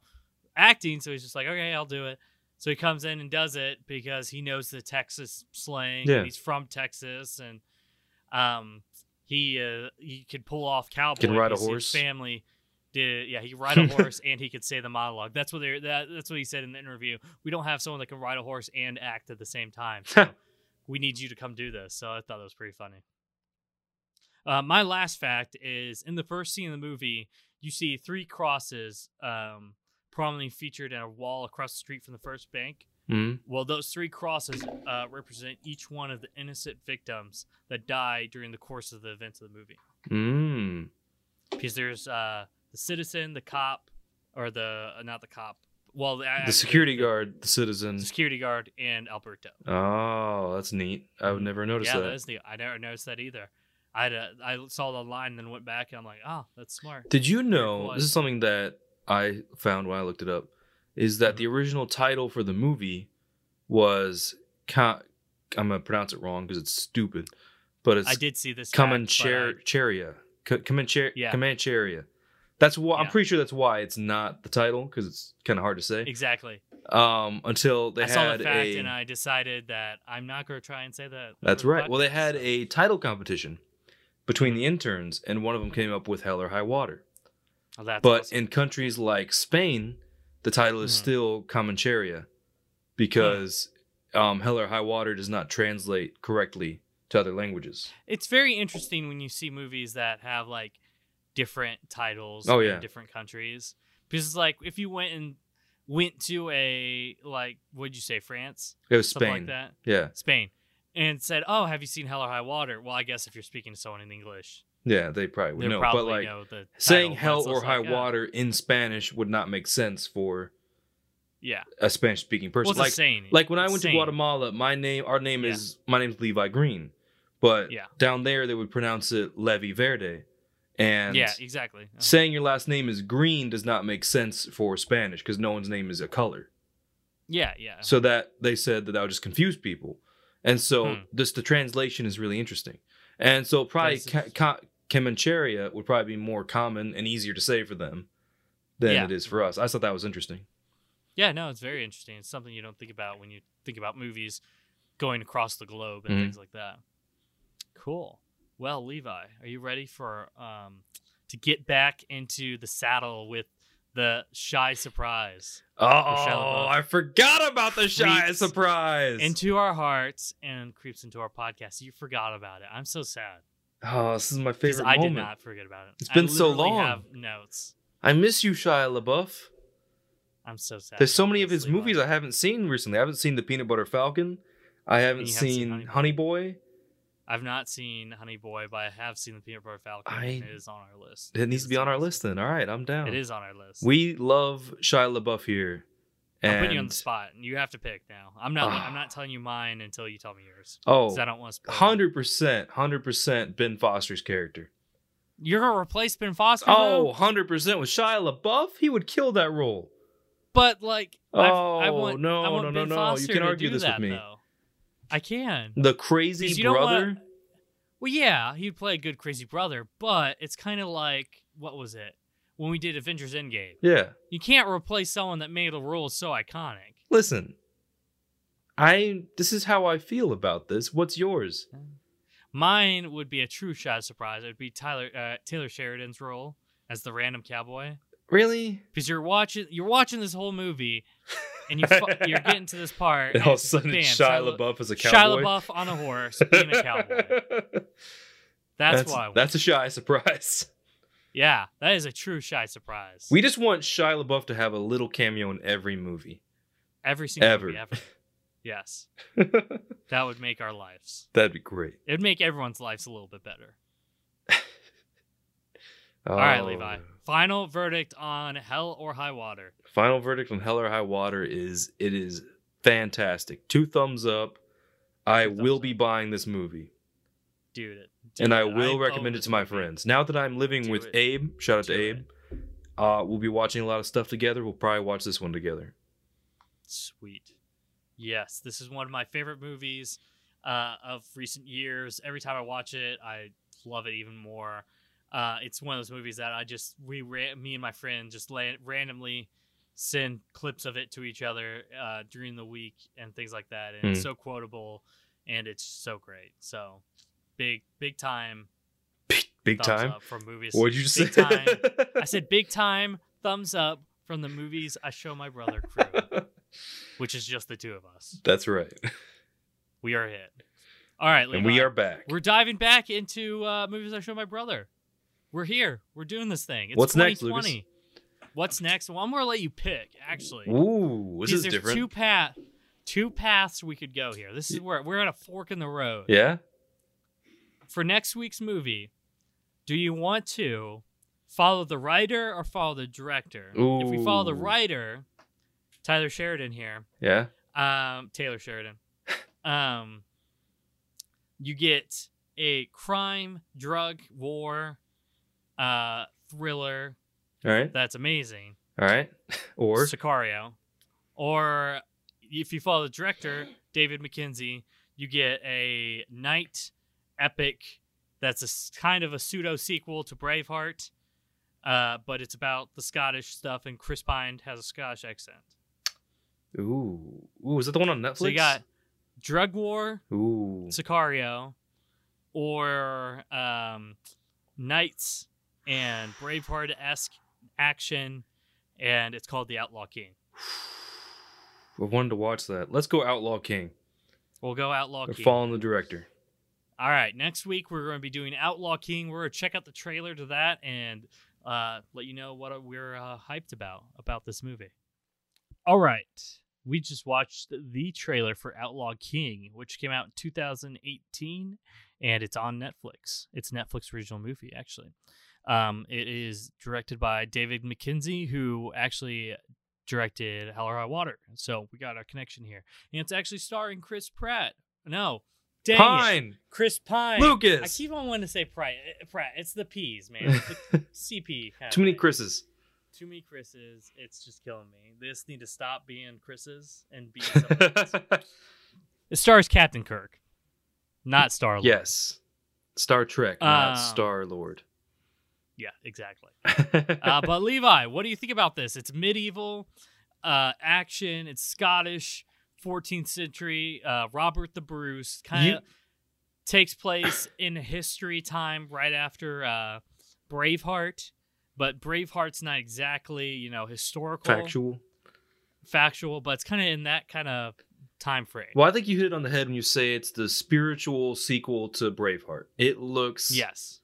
Speaker 1: acting, so he's just like, "Okay, I'll do it." So he comes in and does it because he knows the Texas slang.
Speaker 2: Yeah.
Speaker 1: And he's from Texas, and um, he uh, he could pull off cowboy.
Speaker 2: Can ride a
Speaker 1: because his
Speaker 2: horse.
Speaker 1: Family did yeah. He could ride a horse and he could say the monologue. That's what they that, that's what he said in the interview. We don't have someone that can ride a horse and act at the same time. So we need you to come do this. So I thought that was pretty funny. Uh, my last fact is in the first scene of the movie, you see three crosses um, prominently featured in a wall across the street from the first bank.
Speaker 2: Mhm.
Speaker 1: Well, those three crosses uh, represent each one of the innocent victims that die during the course of the events of the movie.
Speaker 2: Mm.
Speaker 1: Because there's uh, the citizen, the cop, or the uh, not the cop. Well, the, uh,
Speaker 2: The security guard, the citizen.
Speaker 1: security guard, and Alberto.
Speaker 2: Oh, that's neat. I would never notice
Speaker 1: Mm-hmm. yeah,
Speaker 2: that.
Speaker 1: that is neat. I never noticed that either. I uh, I saw the line, then went back, and I'm like, oh, that's smart.
Speaker 2: Did you know?
Speaker 1: cool
Speaker 2: This is
Speaker 1: idea.
Speaker 2: something that I found when I looked it up. Is
Speaker 1: Mm-hmm.
Speaker 2: that the original title for the movie was? Ca- I'm gonna pronounce it wrong because it's stupid, but it's
Speaker 1: I did see this. fact, but I-
Speaker 2: Comancheria. Co- Comanche-
Speaker 1: Yeah.
Speaker 2: Comancheria. That's why I'm
Speaker 1: Yeah.
Speaker 2: pretty sure that's why it's not the title because it's kind of hard to say.
Speaker 1: Exactly.
Speaker 2: Um, until they
Speaker 1: I
Speaker 2: had
Speaker 1: saw that fact,
Speaker 2: a.
Speaker 1: and I decided that I'm not going to try and say that. over
Speaker 2: That's
Speaker 1: the
Speaker 2: right. Well, they
Speaker 1: podcast,
Speaker 2: had
Speaker 1: so-
Speaker 2: a title competition between the interns, and one of them came up with Hell or High Water.
Speaker 1: Oh, that's
Speaker 2: but
Speaker 1: awesome.
Speaker 2: in countries like Spain, the title is
Speaker 1: Hmm.
Speaker 2: still Comancheria because um, Hell or High Water does not translate correctly to other languages.
Speaker 1: it's very interesting when you see movies that have like different titles
Speaker 2: Oh,
Speaker 1: in
Speaker 2: yeah.
Speaker 1: different countries because it's like if you went and went to a like what'd you say France
Speaker 2: It was
Speaker 1: something like
Speaker 2: Spain.
Speaker 1: that
Speaker 2: Yeah.
Speaker 1: Spain and said oh have you seen Hell or High Water well I guess if you're speaking to someone in English
Speaker 2: Yeah, they probably
Speaker 1: they
Speaker 2: would know.
Speaker 1: probably
Speaker 2: But like
Speaker 1: know the
Speaker 2: saying
Speaker 1: title,
Speaker 2: Hell
Speaker 1: but it's
Speaker 2: or
Speaker 1: also
Speaker 2: High
Speaker 1: like, uh, yeah,
Speaker 2: Water in Spanish would not make sense for
Speaker 1: yeah
Speaker 2: a Spanish speaking
Speaker 1: well,
Speaker 2: person.
Speaker 1: it's
Speaker 2: like
Speaker 1: insane
Speaker 2: like when I went
Speaker 1: Insane.
Speaker 2: to Guatemala, my name our name
Speaker 1: Yeah.
Speaker 2: is my name's Levi Green. But
Speaker 1: Yeah.
Speaker 2: down there they would pronounce it Levy Verde. And
Speaker 1: yeah exactly Uh-huh.
Speaker 2: saying your last name is green does not make sense for Spanish because no one's name is a color.
Speaker 1: yeah yeah
Speaker 2: So that they said that that would just confuse people, and so
Speaker 1: Hmm.
Speaker 2: this the translation is really interesting. And so probably
Speaker 1: That's
Speaker 2: ca- ca- Comancheria would probably be more common and easier to say for them than
Speaker 1: Yeah.
Speaker 2: it is for us. I thought that was interesting.
Speaker 1: Yeah, no, it's very interesting. It's something you don't think about when you think about movies going across the globe and
Speaker 2: Mhm.
Speaker 1: things like that. Cool. Well, Levi, are you ready for um, to get back into the saddle with the shy surprise
Speaker 2: Oh,
Speaker 1: LaBeouf.
Speaker 2: I forgot about the shy
Speaker 1: Creeps
Speaker 2: surprise.
Speaker 1: into our hearts and creeps into our podcast? You forgot about it. I'm so sad
Speaker 2: oh, this is my
Speaker 1: because
Speaker 2: favorite
Speaker 1: I
Speaker 2: moment.
Speaker 1: did not forget about it.
Speaker 2: It's
Speaker 1: I
Speaker 2: been so
Speaker 1: literally
Speaker 2: long.
Speaker 1: Have notes.
Speaker 2: I miss you, Shia LaBeouf.
Speaker 1: I'm so sad.
Speaker 2: There's so
Speaker 1: about
Speaker 2: many of
Speaker 1: this,
Speaker 2: his
Speaker 1: Levi.
Speaker 2: movies I haven't seen recently. I haven't seen The Peanut Butter Falcon. I haven't,
Speaker 1: you haven't
Speaker 2: seen,
Speaker 1: seen
Speaker 2: Honey Boy.
Speaker 1: I've not seen Honey Boy, but I have seen The Peanut Butter Falcon.
Speaker 2: I-
Speaker 1: and it is on our list.
Speaker 2: It needs to be
Speaker 1: It's
Speaker 2: on our
Speaker 1: awesome.
Speaker 2: list then. All right, I'm down.
Speaker 1: It is on our list.
Speaker 2: Oh. We love Shia LaBeouf here. And,
Speaker 1: I'm putting you on the spot. and You have to pick now. I'm not.
Speaker 2: Ah.
Speaker 1: I'm not telling you mine until you tell me yours. 'cause I
Speaker 2: Oh,
Speaker 1: don't want to spoil. it.
Speaker 2: 100%, 100% Ben Foster's character.
Speaker 1: You're gonna replace Ben Foster.
Speaker 2: Oh,
Speaker 1: though?
Speaker 2: 100% with Shia LaBeouf? He would kill that role.
Speaker 1: but like, I've- I
Speaker 2: Oh,
Speaker 1: want,
Speaker 2: no,
Speaker 1: I want
Speaker 2: no, no,
Speaker 1: ben
Speaker 2: no. You
Speaker 1: Foster
Speaker 2: can
Speaker 1: to
Speaker 2: argue
Speaker 1: do
Speaker 2: this with
Speaker 1: that,
Speaker 2: me.
Speaker 1: Though. I can.
Speaker 2: The
Speaker 1: 'Cause
Speaker 2: crazy
Speaker 1: you don't
Speaker 2: brother?
Speaker 1: Well, yeah, he'd play a good crazy brother, but it's kind of like what was it when we did Avengers Endgame?
Speaker 2: Yeah.
Speaker 1: You can't replace someone that made a role so iconic.
Speaker 2: Listen, I this is how I feel about this. What's yours?
Speaker 1: Mine would be a true shot of surprise. It would be Tyler uh, Taylor Sheridan's role as the random cowboy.
Speaker 2: Really?
Speaker 1: because you're watching you're watching this whole movie and you fu- you're getting to this part
Speaker 2: And all of a sudden,
Speaker 1: bam,
Speaker 2: Shia LaBeouf is a
Speaker 1: Shia
Speaker 2: cowboy.
Speaker 1: LaBeouf on a horse being a cowboy. That's, why. I went.
Speaker 2: That's a shy surprise.
Speaker 1: yeah, that is a true shy surprise.
Speaker 2: We just want Shia LaBeouf to have a little cameo in every movie.
Speaker 1: every single
Speaker 2: ever.
Speaker 1: movie ever. Yes, that would make our lives.
Speaker 2: That'd be great.
Speaker 1: It would make everyone's lives a little bit better.
Speaker 2: Oh.
Speaker 1: All right, Levi. Final verdict on Hell or High Water.
Speaker 2: Final verdict on Hell or High Water is it is fantastic. Two thumbs up. I
Speaker 1: Two thumbs
Speaker 2: will be
Speaker 1: up.
Speaker 2: buying this movie,
Speaker 1: Dude, it-
Speaker 2: and
Speaker 1: dude,
Speaker 2: I will
Speaker 1: own
Speaker 2: recommend it
Speaker 1: this
Speaker 2: to my
Speaker 1: movie.
Speaker 2: friends. Now that I'm living
Speaker 1: Do
Speaker 2: with
Speaker 1: it.
Speaker 2: Abe, shout out to
Speaker 1: Do it.
Speaker 2: Abe. Uh, we'll be watching a lot of stuff together. We'll probably watch this one together.
Speaker 1: Sweet. Yes, this is one of my favorite movies uh, of recent years. Every time I watch it, I love it even more. Uh, it's one of those movies that I just we ra- me and my friend just la- randomly send clips of it to each other uh, during the week and things like that. And it's
Speaker 2: Mm.
Speaker 1: so quotable and it's so great. So big big time
Speaker 2: Big, big
Speaker 1: thumbs
Speaker 2: time.
Speaker 1: up from movies.
Speaker 2: What'd you just
Speaker 1: big
Speaker 2: say?
Speaker 1: Time. I said big time thumbs up from the movies I show my brother crew, which is just the two of us.
Speaker 2: That's right.
Speaker 1: We are hit. All right,
Speaker 2: And we
Speaker 1: Levi.
Speaker 2: are back.
Speaker 1: We're diving back into uh, movies I show my brother. We're here. We're doing this thing. It's
Speaker 2: What's next,
Speaker 1: 2020. What's next? Well, I'm gonna let you pick. Actually,
Speaker 2: Ooh, this
Speaker 1: Because
Speaker 2: is
Speaker 1: there's
Speaker 2: different.
Speaker 1: Two path, two paths we could go here. This is where we're at a fork in the road
Speaker 2: Yeah.
Speaker 1: for next week's movie. Do you want to follow the writer or follow the director? If we follow the
Speaker 2: Ooh.
Speaker 1: writer, Tyler Sheridan here.
Speaker 2: Yeah.
Speaker 1: um, Taylor Sheridan. Um, you get a crime, drug, war, uh, thriller
Speaker 2: All right.
Speaker 1: that's amazing,
Speaker 2: All right. Or
Speaker 1: Sicario, or if you follow the director David McKenzie, you get a night epic that's a s- kind of a pseudo sequel to Braveheart, uh, but it's about the Scottish stuff, and Chris Pine has a Scottish accent.
Speaker 2: ooh, ooh, is that the one on Netflix?
Speaker 1: So you got drug war,
Speaker 2: ooh,
Speaker 1: Sicario or um, Knights and Braveheart esque action, and it's called The Outlaw King.
Speaker 2: I wanted to watch that. Let's go Outlaw King.
Speaker 1: We'll go Outlaw
Speaker 2: They're
Speaker 1: King.
Speaker 2: following the director.
Speaker 1: All right, next week we're going to be doing Outlaw King. We're going to check out the trailer to that and uh, let you know what we're uh, hyped about about this movie. All right, we just watched the trailer for Outlaw King, which came out in 2018, and it's on Netflix. It's a Netflix original movie, actually. Um, it is directed by David McKenzie, who actually directed Hell or High Water. So we got our connection here, and it's actually starring Chris Pratt. No, dang it.
Speaker 2: Pine.
Speaker 1: Chris Pine.
Speaker 2: Lucas.
Speaker 1: I keep on wanting to say Pratt. Eh, Pratt. It's the P's, man. It's the CP.
Speaker 2: Too many
Speaker 1: happening.
Speaker 2: Chris's.
Speaker 1: Too many Chris's. It's just killing me. They just need to stop being Chris's and be. something else. it stars Captain Kirk, not Star Lord.
Speaker 2: yes. Star Trek, not
Speaker 1: Um,
Speaker 2: Star Lord.
Speaker 1: Yeah, exactly. uh, but Levi, what do you think about this? It's medieval, uh, action. It's Scottish, 14th century. Uh, Robert the Bruce kind
Speaker 2: You-
Speaker 1: of takes place in history time, right after uh, Braveheart. But Braveheart's not exactly you know historical,
Speaker 2: Factual.
Speaker 1: factual, but it's kind of in that kind of time frame.
Speaker 2: Well, I think you hit it on the head when you say it's the spiritual sequel to Braveheart. It looks
Speaker 1: Yes.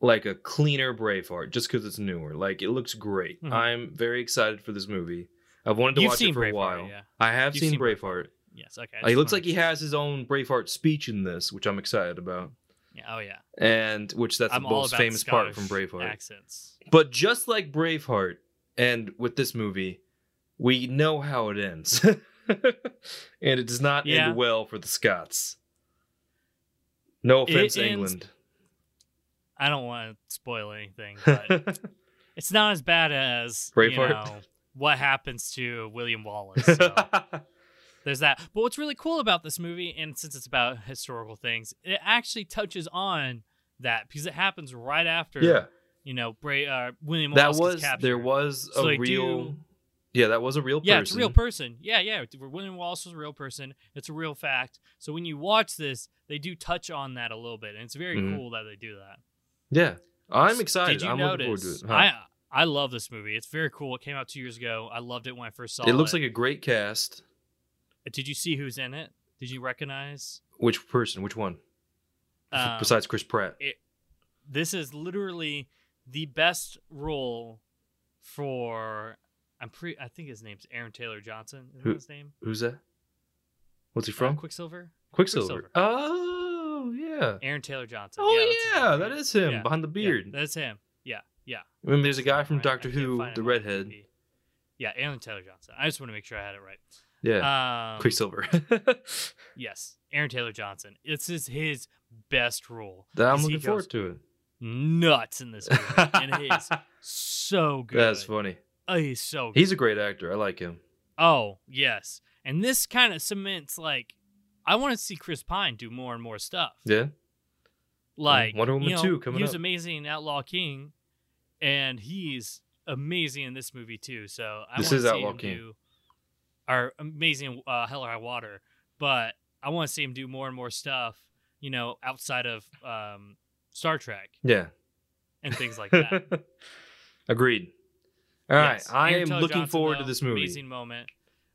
Speaker 2: like a cleaner Braveheart just because it's newer. Like it looks great.
Speaker 1: Mhm.
Speaker 2: I'm very excited for this movie. I've wanted to
Speaker 1: You've
Speaker 2: watch
Speaker 1: seen
Speaker 2: it for
Speaker 1: Braveheart,
Speaker 2: a while.
Speaker 1: yeah.
Speaker 2: I have
Speaker 1: You've
Speaker 2: seen,
Speaker 1: seen
Speaker 2: Braveheart.
Speaker 1: Yes. Okay.
Speaker 2: Uh, He looks like he has his own Braveheart speech in this, which I'm excited about,
Speaker 1: Yeah, oh yeah.
Speaker 2: and which that's
Speaker 1: I'm
Speaker 2: the
Speaker 1: all
Speaker 2: most
Speaker 1: about
Speaker 2: famous part from
Speaker 1: Scottish
Speaker 2: Braveheart.
Speaker 1: accents.
Speaker 2: But just like Braveheart, and with this movie, we know how it ends, and it does not
Speaker 1: Yeah.
Speaker 2: end well for the Scots. No
Speaker 1: It
Speaker 2: offense,
Speaker 1: ends-
Speaker 2: England.
Speaker 1: I don't want to spoil anything, but it's not as bad as you
Speaker 2: Braveheart?
Speaker 1: know, what happens to William Wallace. So there's that. But what's really cool about this movie, and since it's about historical things, it actually touches on that because it happens right after.
Speaker 2: yeah,
Speaker 1: You know, Bra- uh, William
Speaker 2: that
Speaker 1: Wallace gets
Speaker 2: was
Speaker 1: captured.
Speaker 2: there was
Speaker 1: So
Speaker 2: a
Speaker 1: they
Speaker 2: real.
Speaker 1: do-
Speaker 2: Yeah, that was a real person.
Speaker 1: Yeah, it's a real person. Yeah, yeah. it- William Wallace was a real person. It's a real fact. So when you watch this, they do touch on that a little bit, and it's very
Speaker 2: Mhm.
Speaker 1: cool that they do that.
Speaker 2: Yeah, I'm excited.
Speaker 1: Did you
Speaker 2: I'm
Speaker 1: notice?
Speaker 2: looking forward to it.
Speaker 1: I I love this movie. It's very cool. It came out two years ago. I loved it when I first saw
Speaker 2: Huh.
Speaker 1: it.
Speaker 2: It looks like a great cast.
Speaker 1: Did you see who's in it? Did you recognize?
Speaker 2: Which person? Which one?
Speaker 1: Um,
Speaker 2: Besides Chris Pratt.
Speaker 1: this is literally the best role for. I'm pre. I think his name's Aaron Taylor Johnson. Is
Speaker 2: Who-
Speaker 1: that his name?
Speaker 2: Who's that? What's he
Speaker 1: Uh,
Speaker 2: from?
Speaker 1: Quicksilver.
Speaker 2: Quicksilver. Oh yeah.
Speaker 1: Aaron Taylor Johnson.
Speaker 2: Oh
Speaker 1: that's his
Speaker 2: yeah,
Speaker 1: name.
Speaker 2: that is him
Speaker 1: Yeah,
Speaker 2: behind the
Speaker 1: yeah,
Speaker 2: beard.
Speaker 1: that's him. Yeah, yeah.
Speaker 2: I mean, there's a guy from
Speaker 1: Right, I
Speaker 2: Doctor
Speaker 1: can't
Speaker 2: Who,
Speaker 1: find
Speaker 2: the
Speaker 1: him on
Speaker 2: redhead.
Speaker 1: IMDb. Yeah, Aaron Taylor Johnson. I just want to make sure I had it right.
Speaker 2: Yeah,
Speaker 1: Um,
Speaker 2: Quicksilver.
Speaker 1: Yes, Aaron Taylor Johnson. This is his best role.
Speaker 2: that I'm
Speaker 1: 'Cause he
Speaker 2: looking
Speaker 1: goes
Speaker 2: forward to it.
Speaker 1: Nuts in this movie, and he is so good.
Speaker 2: That's funny.
Speaker 1: Oh, he's so good.
Speaker 2: He's a great actor. I like him.
Speaker 1: oh yes, and this kind of cements like I want to see Chris Pine do more and more stuff.
Speaker 2: Yeah.
Speaker 1: Like
Speaker 2: Wonder Woman
Speaker 1: you know,
Speaker 2: 2 coming
Speaker 1: He was
Speaker 2: up.
Speaker 1: amazing in Outlaw King, and he's amazing in this movie too. So I
Speaker 2: This
Speaker 1: wanna
Speaker 2: is
Speaker 1: see
Speaker 2: Outlaw
Speaker 1: him
Speaker 2: King.
Speaker 1: Do, or amazing uh, Hell or High Water, but I want to see him do more and more stuff. You know, outside of um, Star Trek
Speaker 2: Yeah.
Speaker 1: and things like that.
Speaker 2: Agreed. All right,
Speaker 1: Yes.
Speaker 2: I
Speaker 1: Aaron
Speaker 2: am
Speaker 1: Taylor
Speaker 2: looking
Speaker 1: Johnson,
Speaker 2: forward to
Speaker 1: though,
Speaker 2: this movie.
Speaker 1: Amazing moment,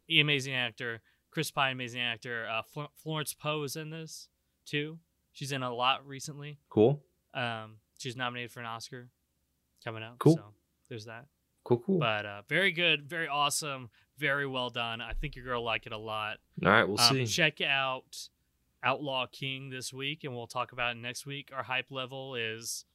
Speaker 1: He amazing actor. Chris Pine, amazing actor. Uh, Fl- Florence Poe is in this too. She's in a lot recently.
Speaker 2: Cool.
Speaker 1: Um, she's nominated for an Oscar coming up.
Speaker 2: Cool.
Speaker 1: So there's that.
Speaker 2: Cool. Cool.
Speaker 1: But uh, very good, very awesome, very well done. I think your girl will like it a lot.
Speaker 2: All right, we'll
Speaker 1: um,
Speaker 2: see.
Speaker 1: Check out Outlaw King this week, and we'll talk about it next week. Our hype level is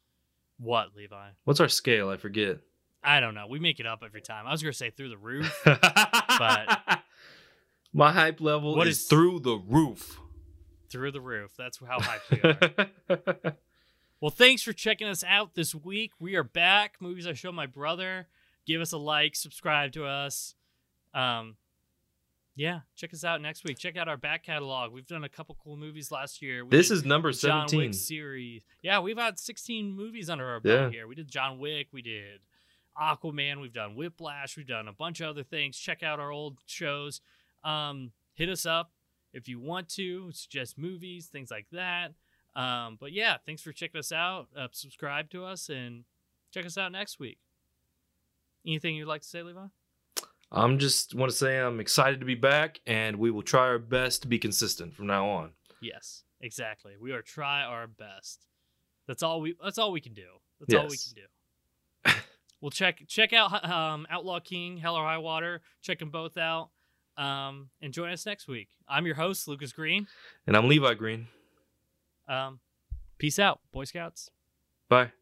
Speaker 1: what, Levi?
Speaker 2: What's our scale? I forget.
Speaker 1: I don't know. We make it up every time. I was gonna say through the roof.
Speaker 2: but my hype level
Speaker 1: What
Speaker 2: is
Speaker 1: is-
Speaker 2: through the roof.
Speaker 1: through the roof. That's how hyped we are. well, thanks for checking us out this week. We are back. Movies I Show My Brother. Give us a like, subscribe to us. Um, yeah, check us out next week. Check out our back catalog. We've done a couple cool movies last year. We
Speaker 2: this
Speaker 1: did
Speaker 2: is number
Speaker 1: John
Speaker 2: seventeen.
Speaker 1: Wick series. Yeah, we've had 16 movies under our
Speaker 2: Yeah.
Speaker 1: belt here. We did John Wick. We did Aquaman. We've done Whiplash. We've done a bunch of other things. Check out our old shows. Um, hit us up if you want to suggest movies, things like that. Um, but yeah, thanks for checking us out. Uh, subscribe to us and check us out next week. Anything you'd like to say, Levi?
Speaker 2: I'm just want to say I'm excited to be back, and we will try our best to be consistent from now on.
Speaker 1: Yes, exactly. We are try our best. That's all we. That's all we can do. That's all we
Speaker 2: Yes.
Speaker 1: can do. we'll check check out um, Outlaw King, Hell or High Water. Check them both out. Um, and join us next week. I'm your host, Lucas Green.
Speaker 2: And I'm Levi Green.
Speaker 1: Um, peace out, Boy Scouts.
Speaker 2: Bye.